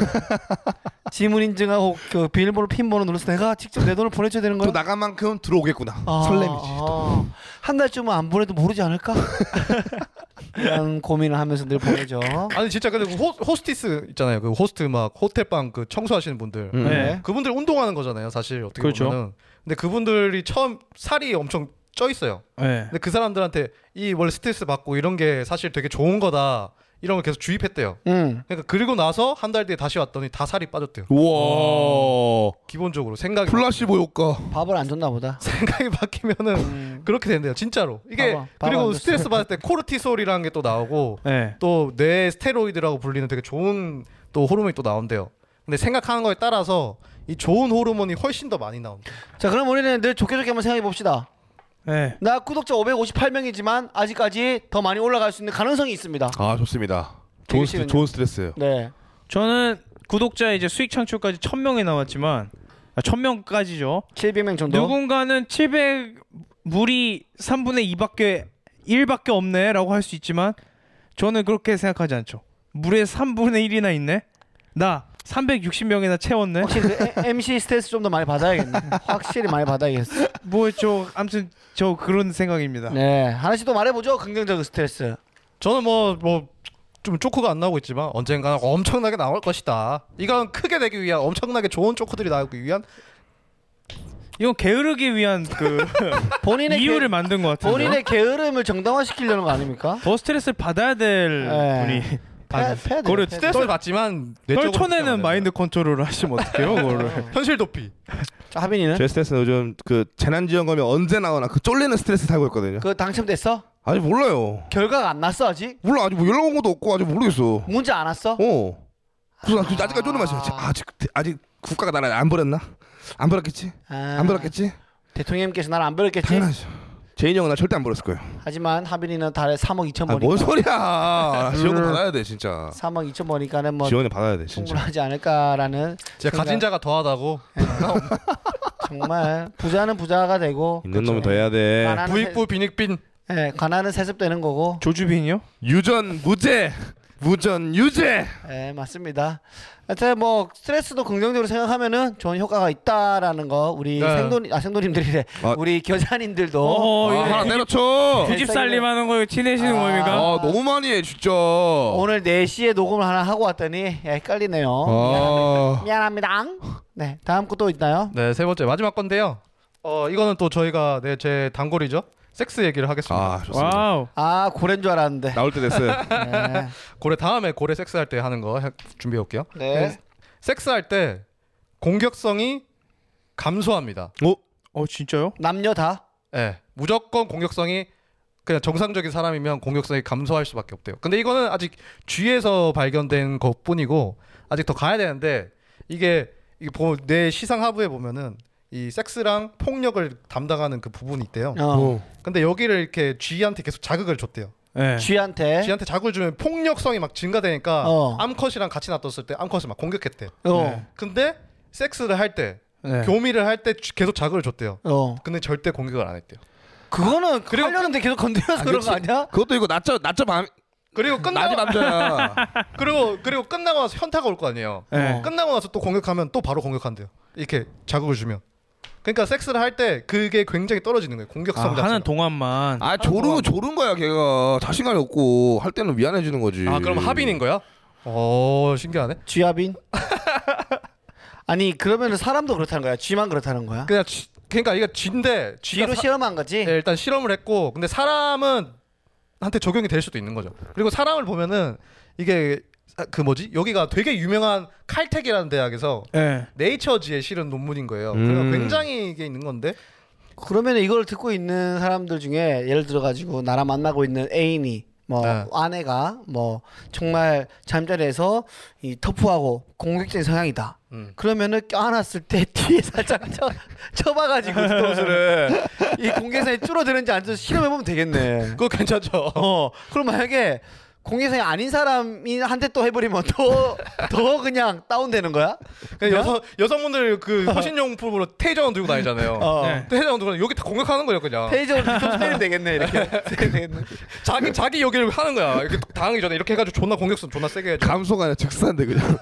Speaker 1: 지문 인증하고 그 비밀번호 핀 번호 눌러서 내가 직접 내 돈을 보내줘야 되는 거야
Speaker 2: 또 나간 만큼 들어오겠구나.
Speaker 1: 아,
Speaker 2: 설렘이지.
Speaker 1: 아, 한 달쯤은 안 보내도 모르지
Speaker 2: <laughs>
Speaker 1: 않을까 이런 고민을 하면서 늘 보내죠
Speaker 4: 아니 진짜 근데 그 호, 호스티스 있잖아요. 그 호스트 막 호텔방 그 청소하시는 분들.
Speaker 2: 음.
Speaker 3: 네.
Speaker 4: 그분들 운동하는 거잖아요, 사실 어떻게
Speaker 3: 그렇죠.
Speaker 4: 보면은. 근데 그분들이 처음 살이 엄청 쪄 있어요.
Speaker 3: 네.
Speaker 4: 근데 그 사람들한테 이 원래 스트레스 받고 이런 게 사실 되게 좋은 거다. 이런 걸 계속 주입했대요.
Speaker 1: 응
Speaker 4: 그러니까 그리고 나서 한 달 뒤에 다시 왔더니 다 살이 빠졌대요.
Speaker 1: 어.
Speaker 2: 우와.
Speaker 4: 기본적으로 생각이
Speaker 2: 플라시보 효과.
Speaker 1: 밥을 안 줬나 보다
Speaker 4: <laughs> 생각이 바뀌면은
Speaker 1: 음.
Speaker 4: 그렇게 된대요, 진짜로. 이게
Speaker 1: 봐봐, 봐봐,
Speaker 4: 그리고
Speaker 1: 안
Speaker 4: 스트레스
Speaker 1: 줬어요.
Speaker 4: 받을
Speaker 1: <laughs>
Speaker 4: 때 코르티솔이라는 게 또 나오고
Speaker 3: 네.
Speaker 4: 또 뇌 스테로이드라고 불리는 되게 좋은 또 호르몬이 또 나온대요. 근데 생각하는 거에 따라서 이 좋은 호르몬이 훨씬 더 많이 나온다.
Speaker 1: 자 그럼 우리는 늘 좋게 좋게 한번 생각해 봅시다
Speaker 3: 네.
Speaker 1: 나 구독자 558명이지만 아직까지 더 많이 올라갈 수 있는 가능성이 있습니다
Speaker 2: 아 좋습니다.
Speaker 1: 되게
Speaker 2: 좋은
Speaker 1: 싫은데.
Speaker 2: 스트, 좋은 스트레스예요.
Speaker 1: 네
Speaker 3: 저는 구독자 이제 수익 창출까지 1000명이 나왔지만 아, 1000명까지죠.
Speaker 1: 700명 정도
Speaker 3: 누군가는 700 물이 3분의 2밖에 1밖에 없네라고 할 수 있지만 저는 그렇게 생각하지 않죠. 물에 3분의 1이나 있네. 나 360명이나 채웠네.
Speaker 1: 확실히 그 에- MC 스트레스 좀 더 많이 받아야겠네. 확실히 많이 받아야겠어.
Speaker 3: 뭐저 아무튼 저 그런 생각입니다.
Speaker 1: 네, 하나씩 또 말해보죠. 긍정적인 스트레스.
Speaker 4: 저는 뭐 뭐 좀 쪼크가 안 나오고 있지만 언젠가 엄청나게 나올 것이다. 이건 크게 되기 위한 엄청나게 좋은 쪼크들이 나오기 위한
Speaker 3: 네, 이건 게으르기 위한 그
Speaker 1: <laughs> 본인의
Speaker 3: 이유를
Speaker 1: 게,
Speaker 3: 만든 것 같은데.
Speaker 1: 본인의 게으름을 정당화시키려는 거 아닙니까?
Speaker 3: 더 스트레스를 받아야 될
Speaker 1: 예.
Speaker 3: 분이
Speaker 1: 패야 패야 돼요.
Speaker 3: 그걸
Speaker 1: 패야 돼요.
Speaker 4: 스트레스를 받지만
Speaker 3: 널 쳐내는
Speaker 4: 뇌적으로 걱정 안 해요.
Speaker 3: 마인드 컨트롤을 하시면
Speaker 1: <laughs>
Speaker 3: 어떡해요, 그거를.
Speaker 4: 현실 도피.
Speaker 1: 자, 하빈이는
Speaker 2: 제 스트레스는 요즘 그 재난지원금이 언제 나오나 그 쫄리는 스트레스 살고 있거든요.
Speaker 1: 그 당첨됐어?
Speaker 2: 아직 몰라요.
Speaker 1: 결과가 안 났어 아직?
Speaker 2: 몰라 아직 뭐 연락 온 것도 없고 아직 모르겠어.
Speaker 1: 문제 안 왔어?
Speaker 2: 어. 그래서 나 지금
Speaker 1: 아.
Speaker 2: 아직까지 쪼는 맛이야. 아직 아직 국가가 나를 안 버렸나? 안 버렸겠지?
Speaker 1: 아,
Speaker 2: 안 버렸겠지?
Speaker 1: 대통령님께서 나를 안 버렸겠지.
Speaker 2: 당연하죠. 제인 형은 나 절대 안 버렸을 거예요.
Speaker 1: 하지만 하빈이는 달에 3억 2천
Speaker 2: 아,
Speaker 1: 버니까.
Speaker 2: 뭔 소리야? 나 지원금 받아야 돼 진짜.
Speaker 1: 3억 2천 버니까는 뭐
Speaker 2: 지원을 받아야 돼 진짜.
Speaker 1: 충분하지 않을까라는
Speaker 3: 네,
Speaker 4: 진짜 가진 자가 더하다고.
Speaker 1: 정말 부자는 부자가 되고
Speaker 5: 있는 놈은 더 해야 돼.
Speaker 1: 가난은
Speaker 4: <laughs> 부익부 빈익빈
Speaker 1: 세, 예, 가난은 세습되는 거고
Speaker 3: 조주빈이요?
Speaker 2: 유전 무죄 무전 유죄
Speaker 1: 예, 맞습니다. 하여튼 뭐 스트레스도 긍정적으로 생각하면은 좋은 효과가 있다라는 거 우리
Speaker 4: 네.
Speaker 1: 생돈 아 생돈님들이래
Speaker 2: 아.
Speaker 1: 우리 겨자님들도
Speaker 3: 어,
Speaker 2: 아,
Speaker 3: 이거
Speaker 2: 하나
Speaker 3: 구-
Speaker 2: 때려쳐
Speaker 3: 구집 살림하는 거에 친해지는
Speaker 1: 아.
Speaker 2: 아
Speaker 3: 겁니까?
Speaker 2: 너무 많이 해 진짜
Speaker 1: 오늘 4시에 녹음을 하나 하고 왔더니 예, 헷갈리네요. 어?
Speaker 2: 아
Speaker 1: 미안합니다. 네, 다음 거 또 있나요?
Speaker 4: 네, 세 번째 마지막 건데요. 어, 이거는 또 저희가 네, 제 단골이죠. 섹스 얘기를 하겠습니다.
Speaker 2: 아, 좋습니다
Speaker 3: 와우.
Speaker 1: 아, 고래인 줄 알았는데.
Speaker 2: 나올 때 됐어요
Speaker 1: 네.
Speaker 4: 고래 다음에 고래 섹스할 때 하는 거 해- 준비해 올게요.
Speaker 1: 네.
Speaker 4: 섹스할 때 공격성이 감소합니다.
Speaker 3: 어 진짜요?
Speaker 1: 남녀 다.
Speaker 4: 예. 무조건 공격성이 그냥 정상적인 사람이면 공격성이 감소할 수밖에 없대요. 근데 이거는 아직 쥐에서 발견된 것뿐이고 아직 더 가야 되는데 이게 이게 보- 내 시상 하부에 보면은 이 섹스랑 폭력을 담당하는 그 부분이 있대요.
Speaker 1: 어.
Speaker 4: 근데 여기를 이렇게 쥐한테 계속 자극을 줬대요.
Speaker 3: 네.
Speaker 1: 쥐한테.
Speaker 4: 쥐한테 자극을 주면 폭력성이 막 증가되니까
Speaker 1: 어.
Speaker 4: 암컷이랑 같이 놔뒀을 때 암컷을 막 공격했대.
Speaker 1: 어.
Speaker 4: 근데 섹스를 할 때
Speaker 3: 네.
Speaker 4: 교미를 할 때 계속 자극을 줬대요.
Speaker 1: 어.
Speaker 4: 근데 절대 공격을 안 했대요.
Speaker 1: 그거는 하려는데 계속 건드려서 <laughs> 그런 거 아니야?
Speaker 2: 그것도 이거 낮잠 낮잠 밤
Speaker 4: 그리고
Speaker 2: 낮이
Speaker 4: 끝나고
Speaker 2: 남자야
Speaker 4: 그리고 그리고 끝나고 나서 현타가 올 거 아니에요. 어,
Speaker 3: 네.
Speaker 4: 끝나고 나서 또 공격하면 또 바로 공격한대요. 이렇게 자극을 주면. 그러니까 섹스를 할 때 그게 굉장히 떨어지는 거예요.
Speaker 3: 아,
Speaker 4: 공격성 자체가.
Speaker 3: 하는 동안만.
Speaker 2: 아 조르면 조른 거야 걔가 자신감이 없고 할 때는 미안해지는 거지
Speaker 4: 아, 그럼 합인인 거야? 어, 신기하네.
Speaker 1: 쥐합인? 아니 그러면 사람도 그렇다는 거야. 쥐만 그렇다는 거야.
Speaker 4: 그냥 쥐, 그러니까 이게 쥐인데 쥐가
Speaker 1: 쥐로
Speaker 4: 사-
Speaker 1: 실험한 거지.
Speaker 4: 네, 일단 실험을 했고 근데 사람은 한테 적용이 될 수도 있는 거죠. 그리고 사람을 보면은 이게 아, 그 뭐지? 여기가 되게 유명한 칼텍이라는 대학에서
Speaker 3: 네.
Speaker 4: 네이처지에 실은 논문인 거예요.
Speaker 5: 음.
Speaker 4: 그래서 굉장히 이게 있는 건데
Speaker 1: 그러면 이걸 듣고 있는 사람들 중에 예를 들어 가지고 나랑 만나고 있는 애인이 뭐
Speaker 4: 네.
Speaker 1: 아내가 뭐 정말 잠자리에서 이 터프하고 공격적인 성향이다.
Speaker 4: 음.
Speaker 1: 그러면은 껴안았을 때 <laughs> 뒤에 살짝 쳐, 쳐봐가지고 뒤통수를 이 공개성이 줄어드는지 안 줄어드는지 실험해보면 되겠네.
Speaker 4: 그거 <laughs> 괜찮죠?
Speaker 1: 어 그럼 만약에 공개성이 아닌 사람이 한테 또 해버리면 더 더 그냥 다운되는 거야?
Speaker 4: 그냥 여성 여성분들 그 호신용품으로 테이저건 들고 다니잖아요.
Speaker 1: 어.
Speaker 3: 네.
Speaker 4: 테이저건 들고 다니- 여기 다 공격하는 거예요, 그냥.
Speaker 1: 페이지로 뒤통수 때리면 되겠네 이렇게. 때리면 되겠네.
Speaker 4: 자기 자기 여기를 하는 거야. 이렇게 당하기 전에 이렇게 해가지고 존나 공격성 존나 세게 해줘.
Speaker 2: 감소가 아니라 즉사인데
Speaker 4: <laughs>
Speaker 2: 그냥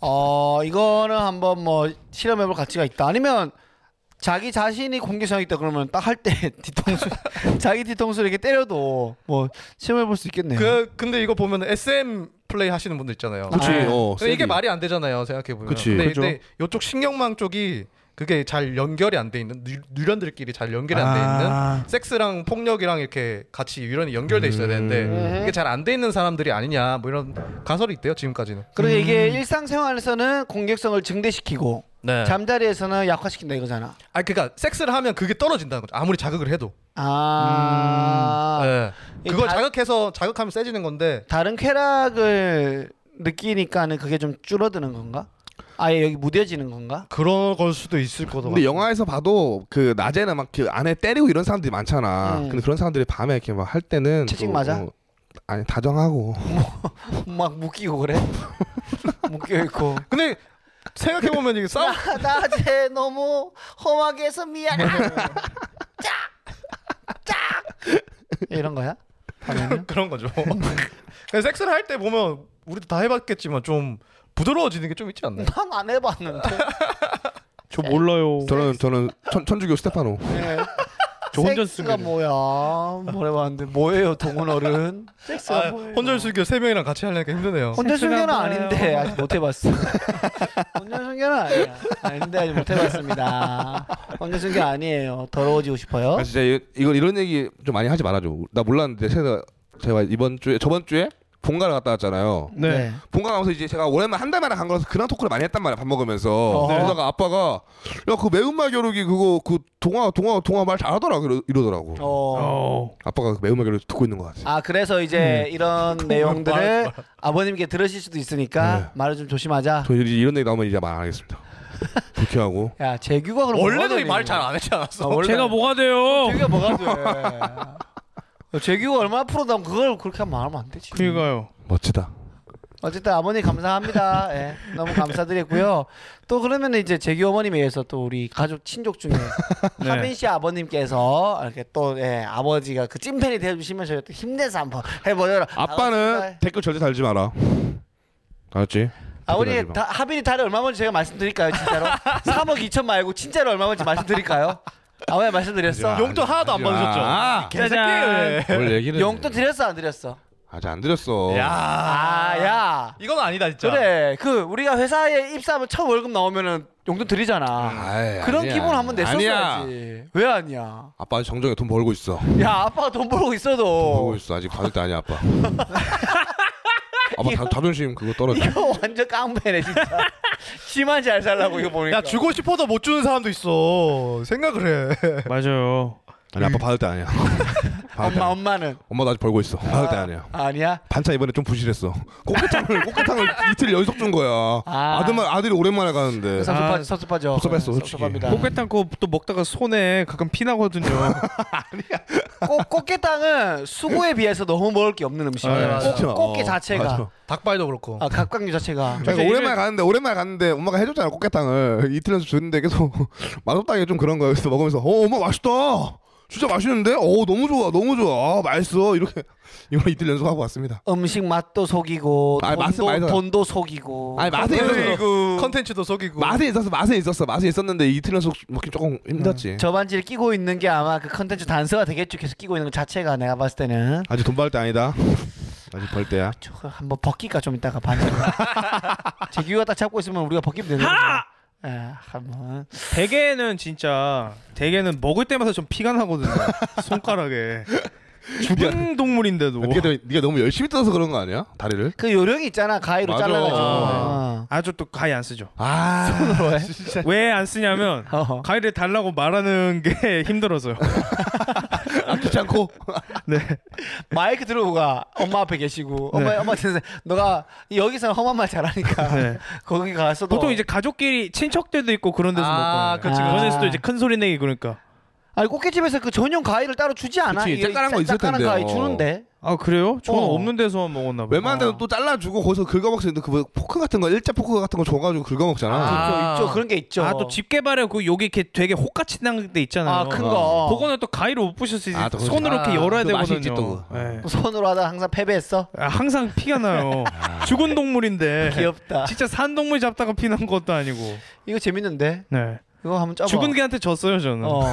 Speaker 1: 어 이거는 한번 뭐 실험해볼 가치가 있다. 아니면 자기 자신이 공개성이 있다 그러면 딱 할 때 <laughs> 뒤통수 자기 뒤통수를 이렇게 때려도 뭐 실험해볼 수 있겠네요.
Speaker 4: 그 근데 이거 보면 SM 플레이 하시는 분들 있잖아요.
Speaker 2: 그치
Speaker 1: 아.
Speaker 2: 어
Speaker 4: 근데 이게
Speaker 2: 세게.
Speaker 4: 말이 안 되잖아요 생각해 보면.
Speaker 2: 그치.
Speaker 4: 근데
Speaker 3: 그죠.
Speaker 4: 이때 이쪽 신경망 쪽이 그게 잘 연결이 안 돼 있는 누- 뉴런들끼리 잘 연결이 안 돼 있는
Speaker 3: 아.
Speaker 4: 섹스랑 폭력이랑 이렇게 같이 유런이 연결돼 있어야 되는데
Speaker 1: 음.
Speaker 4: 이게 잘 안 돼 있는 사람들이 아니냐 뭐 이런 가설이 있대요 지금까지는.
Speaker 1: 그리고 이게 일상생활에서는 공격성을 증대시키고
Speaker 4: 음. 네.
Speaker 1: 잠자리에서는 약화시킨다 이거잖아.
Speaker 4: 아 그러니까 섹스를 하면 그게 떨어진다는 거죠. 아무리 자극을 해도.
Speaker 1: 아
Speaker 4: 예.
Speaker 1: 이
Speaker 4: 그걸
Speaker 1: 다-
Speaker 4: 자극해서 자극하면 세지는 건데
Speaker 1: 다른 쾌락을 느끼니까는 그게 좀 줄어드는 건가? 아예 여기 무뎌지는 건가? <laughs>
Speaker 4: 그런 걸 수도 있을 거도.
Speaker 2: 근데 영화에서 봐도 그 낮에는 막 그 안에 때리고 이런 사람들이 많잖아.
Speaker 1: 음.
Speaker 2: 근데 그런 사람들이 밤에 이렇게 막 할 때는
Speaker 1: 채찍
Speaker 2: 또,
Speaker 1: 맞아?
Speaker 2: 어, 아니 다정하고
Speaker 1: 막 묶이고 그래? <laughs> 묶여 있고.
Speaker 4: 근데 생각해 보면
Speaker 1: <laughs>
Speaker 4: 이게 싸움
Speaker 1: 나- 네. 낮에 너무 험하게 해서 미안해. 아, 짝! 짝! 이런 거야? 밤에는?
Speaker 4: <laughs> 그런 거죠. 근데 섹스를 할 때 보면 우리도 다 해봤겠지만 좀 부드러워지는 게 좀 있지
Speaker 1: 네.
Speaker 4: 않나요?
Speaker 1: 난 안 해봤는데.
Speaker 3: 저 몰라요.
Speaker 2: 저는 저는 천, 천주교 스테파노.
Speaker 1: 네.
Speaker 3: 저 혼전
Speaker 1: 섹스가
Speaker 3: 쓰기로.
Speaker 1: 뭐야? 뭘 해봤는데 뭐예요 동훈 어른? 섹스가
Speaker 4: 아,
Speaker 1: 뭐예요?
Speaker 4: 혼절 수교 세 명이랑 같이 하려니까 힘드네요.
Speaker 1: 혼전
Speaker 3: 섹스가
Speaker 1: 순결은
Speaker 3: 뭐예요?
Speaker 1: 아닌데 아직 못 해봤어. <laughs> 혼전 순결은 아니야. 아닌데 아직 못 해봤습니다. 혼전 순결 아니에요. 더러워지고 싶어요.
Speaker 2: 아, 진짜 이- 이건 이런 얘기 좀 많이 하지 말아줘. 나 몰랐는데 제가 제가 이번 주에 저번 주에 본가를 갔다 왔잖아요.
Speaker 3: 네.
Speaker 2: 본가 가면서 이제 제가 오랜만 한 달 만에 간 거라서 그런 토크를 많이 했단 말이야 밥 먹으면서.
Speaker 1: 어허. 네.
Speaker 2: 그러다가 아빠가 야 그 매운맛 겨루기 그거 그 동화 동화 동화 말 잘하더라 그러, 이러더라고.
Speaker 1: 어.
Speaker 3: 어.
Speaker 2: 아빠가 그 매운맛 겨루기 듣고 있는 것 같아.
Speaker 1: 아 그래서
Speaker 2: 네.
Speaker 1: 이제
Speaker 2: <laughs>
Speaker 1: 이런 내용들을 아버님께 들으실 수도 있으니까
Speaker 2: 네.
Speaker 1: 말을 좀 조심하자.
Speaker 2: 저 이제 이런 얘기 나오면 이제 말 안
Speaker 1: <laughs>
Speaker 2: 하겠습니다. 불쾌하고.
Speaker 1: 야 재규가 그럼
Speaker 4: 원래도
Speaker 1: 뭐가
Speaker 4: 말 잘
Speaker 1: 되니?
Speaker 4: 안 했지 않았어?
Speaker 1: 아, 원래
Speaker 3: 제가 뭐가 돼요?
Speaker 1: 재규가 뭐가 <laughs>
Speaker 2: 그러니까.
Speaker 1: 돼? 어, 재규가 얼마나 프로다면 그걸 그렇게 하면 말하면 안 되지.
Speaker 3: 그니까요.
Speaker 2: 멋지다.
Speaker 1: 어쨌든 아버님 감사합니다. 예, 너무 감사드리고요. 또 그러면 이제 재규 어머님에 의해서 또 우리 가족 친족
Speaker 2: <laughs>
Speaker 1: 중에
Speaker 3: 네.
Speaker 1: 하빈 씨 아버님께서 이렇게 또 예, 아버지가 그 찐팬이 되어주시면 저희 또 힘내서 한번 해보려라.
Speaker 2: 아빠는 댓글 절대 달지 마라. 알았지?
Speaker 1: 아버님
Speaker 2: 댓글 달지 마.
Speaker 1: 다, 하빈이 달에 얼마 먼지 제가 말씀드릴까요
Speaker 2: <laughs>
Speaker 1: 진짜로? 3억 2천 말고 진짜로 얼마 먼지 말씀드릴까요? 아버님 말씀드렸어?
Speaker 2: 야,
Speaker 5: 용돈 하나도 안
Speaker 2: 하지 마.
Speaker 5: 받으셨죠?
Speaker 2: 아,
Speaker 5: 개새끼.
Speaker 2: 뭘 얘기를?
Speaker 1: 용돈 드렸어 안 드렸어?
Speaker 2: 아직 안 드렸어.
Speaker 5: 야.
Speaker 1: 아, 아야
Speaker 5: 이건 아니다 진짜.
Speaker 1: 그래 그 우리가 회사에 입사하면 첫 월급 나오면은 용돈 드리잖아
Speaker 2: 아이,
Speaker 1: 그런
Speaker 2: 아니야.
Speaker 1: 기분 한번
Speaker 2: 아니야.
Speaker 1: 냈었어야지 왜 아니야
Speaker 2: 아빠 아직 정정에 돈 벌고 있어.
Speaker 1: 야 아빠가 돈 벌고
Speaker 2: 돈 벌고
Speaker 1: 있어도
Speaker 2: 있어. 아직 받을 때
Speaker 1: <laughs>
Speaker 2: 아니야 아빠. 아빠 자, 자존심 그거 떨어져.
Speaker 1: 이거 완전 깡패네
Speaker 2: <laughs>
Speaker 1: 진짜 심한 잘 살라고 이거 보니까
Speaker 5: 야 주고 싶어도 못 주는 사람도 있어. 생각을 해.
Speaker 3: 맞아요.
Speaker 2: 아니 아빠 받을
Speaker 1: <laughs>
Speaker 2: 때 아니야. 받을 때
Speaker 1: 엄마
Speaker 2: 아니야.
Speaker 1: 엄마는
Speaker 2: 엄마도 아직 벌고 있어. 받을 때 아니야.
Speaker 1: 아니야
Speaker 2: 반찬 이번에 좀 부실했어.
Speaker 1: <laughs>
Speaker 2: 꽃게탕을 꽃게탕을 이틀 연속 준 거야.
Speaker 1: 아.
Speaker 2: 아. 들만 아들이 오랜만에 가는데.
Speaker 1: 섭섭하, 섭섭하죠
Speaker 2: 네. 아. 섭섭했어, 솔직히.
Speaker 1: 섭섭합니다
Speaker 3: 꽃게탕 그거 또 먹다가 손에 가끔 피 나거든요.
Speaker 1: 꽃, 꽃게탕은 수고에 비해서 너무 먹을 게 없는
Speaker 3: 아,
Speaker 1: 음식이에요.
Speaker 3: 맞아.
Speaker 1: 꽃-
Speaker 2: 맞아.
Speaker 1: 꽃게
Speaker 2: 어,
Speaker 1: 자체가
Speaker 2: 맞아.
Speaker 4: 닭발도 그렇고.
Speaker 1: 아, 각각류 자체가
Speaker 2: 그러니까
Speaker 3: 이제
Speaker 2: 오랜만에
Speaker 3: 이제-
Speaker 2: 가는데 오랜만에 갔는데 엄마가 해줬잖아 꽃게탕을 이틀 연속 줬는데 계속 <laughs> 맛없다게 좀 그런 거야. 그래서 먹으면서 어 엄마 맛있다. 진짜 맛있는데? 어 너무 좋아 너무 좋아 아, 맛있어 이렇게 <laughs> 이걸 이틀 연속 하고 왔습니다.
Speaker 1: 음식 맛도 속이고
Speaker 2: 아니, 맛은
Speaker 1: 돈도,
Speaker 2: 많이 들어요.
Speaker 1: 돈도 속이고
Speaker 2: 아니 맛에 있어서
Speaker 5: 그
Speaker 4: 컨텐츠도 속이고.
Speaker 2: 맛에 있었어 맛에 있었어 맛에 있었는데 이틀 연속 먹기 조금 힘들었지.
Speaker 1: 음, 저반지를 끼고 있는 게 아마 그 컨텐츠 단서가 되겠죠. 계속 끼고 있는 것 자체가 내가 봤을 때는
Speaker 2: 아직 돈 받을
Speaker 1: <laughs>
Speaker 2: 때 아니다. 아직 벌 때야.
Speaker 1: 저 한번 벗기까 좀 이따가
Speaker 2: <laughs>
Speaker 1: 반지. 재규가 딱 잡고 있으면 우리가 벗기면 되는 거야. 예, 한번
Speaker 3: 대게는 진짜 대게는 먹을 때마다 좀 피가 나거든요. 손가락에 죽은 동물인데도
Speaker 2: 네가, 아, 너- 네가 너무 열심히 뜯어서 그런 거 아니야? 다리를?
Speaker 1: 그 요령이 있잖아 가위로
Speaker 2: 맞아.
Speaker 1: 잘라가지고. 어.
Speaker 3: 아주 또 가위 안 쓰죠.
Speaker 2: 아 손으로 해. 진짜.
Speaker 3: 왜 안 쓰냐면
Speaker 1: 어.
Speaker 3: 가위를 달라고 말하는 게 <laughs> 힘들어서요.
Speaker 2: 아, 귀찮고.
Speaker 3: 네.
Speaker 1: 마이크 들고 가 엄마 앞에 계시고 엄마 엄마 선생 너가 여기서 험한 말 잘하니까
Speaker 3: <laughs> 네.
Speaker 1: 거기 가서도
Speaker 3: 보통 이제 가족끼리 친척들도 있고 그런 데서
Speaker 4: 아,
Speaker 3: 먹고.
Speaker 1: 그치, 그치.
Speaker 3: 그런데서도 이제 큰 소리 내기 그러니까.
Speaker 1: 아니 꽃게집에서 그 전용 가위를 따로 주지 않아?
Speaker 2: 그치,
Speaker 1: 이게
Speaker 2: 짭짤한 거 있을
Speaker 1: 짭짤한
Speaker 2: 텐데,
Speaker 1: 가위
Speaker 2: 어.
Speaker 1: 주는데
Speaker 3: 아 그래요? 저는
Speaker 1: 어.
Speaker 3: 없는 데서만 먹었나 봐요.
Speaker 2: <laughs> 웬만한 데는 또 잘라주고 거기서 긁어먹는데 그 포크 같은 거 일자 포크 같은 거 줘가지고 긁어먹잖아.
Speaker 4: 아.
Speaker 1: 있죠, 있죠 그런 게 있죠.
Speaker 3: 아 또 집 개발에 그 여기 이렇게 되게 호같이 난데 있잖아요.
Speaker 1: 아, 큰 거.
Speaker 3: 그거는 또 가위로 못 부셨을
Speaker 2: 아,
Speaker 3: 때
Speaker 2: 또 그렇지.
Speaker 3: 손으로 이렇게
Speaker 4: 아,
Speaker 3: 열어야
Speaker 2: 또
Speaker 3: 되거든요.
Speaker 2: 맛있지, 또 그거.
Speaker 3: 예.
Speaker 1: 손으로 하다 항상 패배했어.
Speaker 3: 아, 항상 피가 나요. 죽은 동물인데.
Speaker 1: 귀엽다.
Speaker 3: 진짜 산 동물 잡다가 피난 것도 아니고.
Speaker 1: 이거 재밌는데
Speaker 3: 네.
Speaker 1: 이거 한번 짜봐.
Speaker 3: 죽은 개한테 졌어요 저는.
Speaker 1: 어.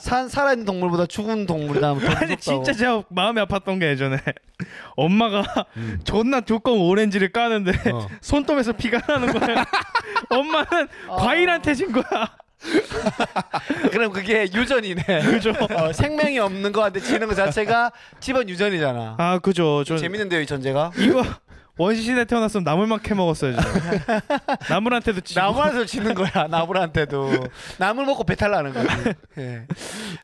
Speaker 1: 산 살아있는 동물보다 죽은 동물이 나면 더
Speaker 3: 아니
Speaker 1: 무섭다고.
Speaker 3: 진짜 제가 마음이 아팠던 게 예전에 <laughs> 엄마가 존나 두꺼운 오렌지를 까는데
Speaker 2: 어.
Speaker 3: <laughs> 손톱에서 피가 나는 <laughs> 거예요. 엄마는
Speaker 1: 어.
Speaker 3: 과일한테 진 거야.
Speaker 1: 그럼 그게
Speaker 3: <laughs>
Speaker 1: 유전이네.
Speaker 3: 그죠?
Speaker 1: 어, 생명이 없는 거한테 지는 것 자체가 집안 유전이잖아.
Speaker 3: 아 그죠. 저
Speaker 1: 재밌는데요 이 전제가.
Speaker 3: 이거 원시시대 태어났으면 나물만 캐 먹었어야죠. <laughs> 나물한테도 지고.
Speaker 1: 나무한테도 지는 거야. 나무한테도 나물 먹고 배탈 나는 거지. 예.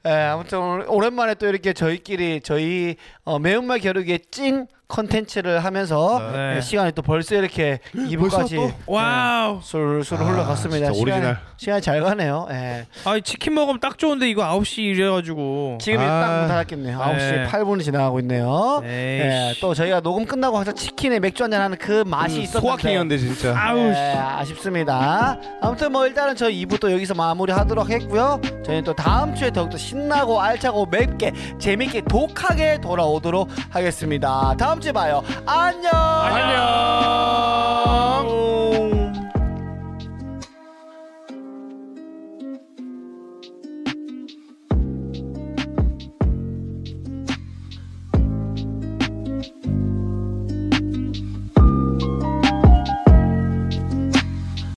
Speaker 1: 예, 아무튼 오늘 오랜만에 또 이렇게 저희끼리 저희 어, 매운맛 겨루기의 찐 컨텐츠를 하면서
Speaker 3: 네.
Speaker 1: 예, 시간이 또 벌써
Speaker 2: <gasps>
Speaker 1: 이렇게 2부까지
Speaker 3: 와우.
Speaker 1: 술술
Speaker 2: 아,
Speaker 1: 흘러갔습니다.
Speaker 2: 진짜 오리지널.
Speaker 1: 시간 시간이 잘 가네요. 예.
Speaker 3: 아 치킨 먹으면 딱 좋은데 이거 9시 이래가지고.
Speaker 1: 지금이
Speaker 2: 아.
Speaker 1: 딱문 닫았겠네요. 9시
Speaker 3: 네.
Speaker 1: 8분이 지나가고 있네요. 예,
Speaker 3: 에이.
Speaker 1: 또 저희가 녹음 끝나고 항상 치킨에 맥주 한잔 하는 그 맛이 있었는데
Speaker 2: 소확행이었는데 진짜.
Speaker 3: 아우.
Speaker 1: 네,
Speaker 3: 씨.
Speaker 1: 아쉽습니다. 아무튼 뭐 일단은 저희 2부 또 여기서 마무리하도록 했고요. 저희는 또 다음 주에 더욱더 신나고 알차고 맵게 재밌게 독하게 돌아오도록 하겠습니다. 다음 주에 봐요. 안녕.
Speaker 3: 안녕.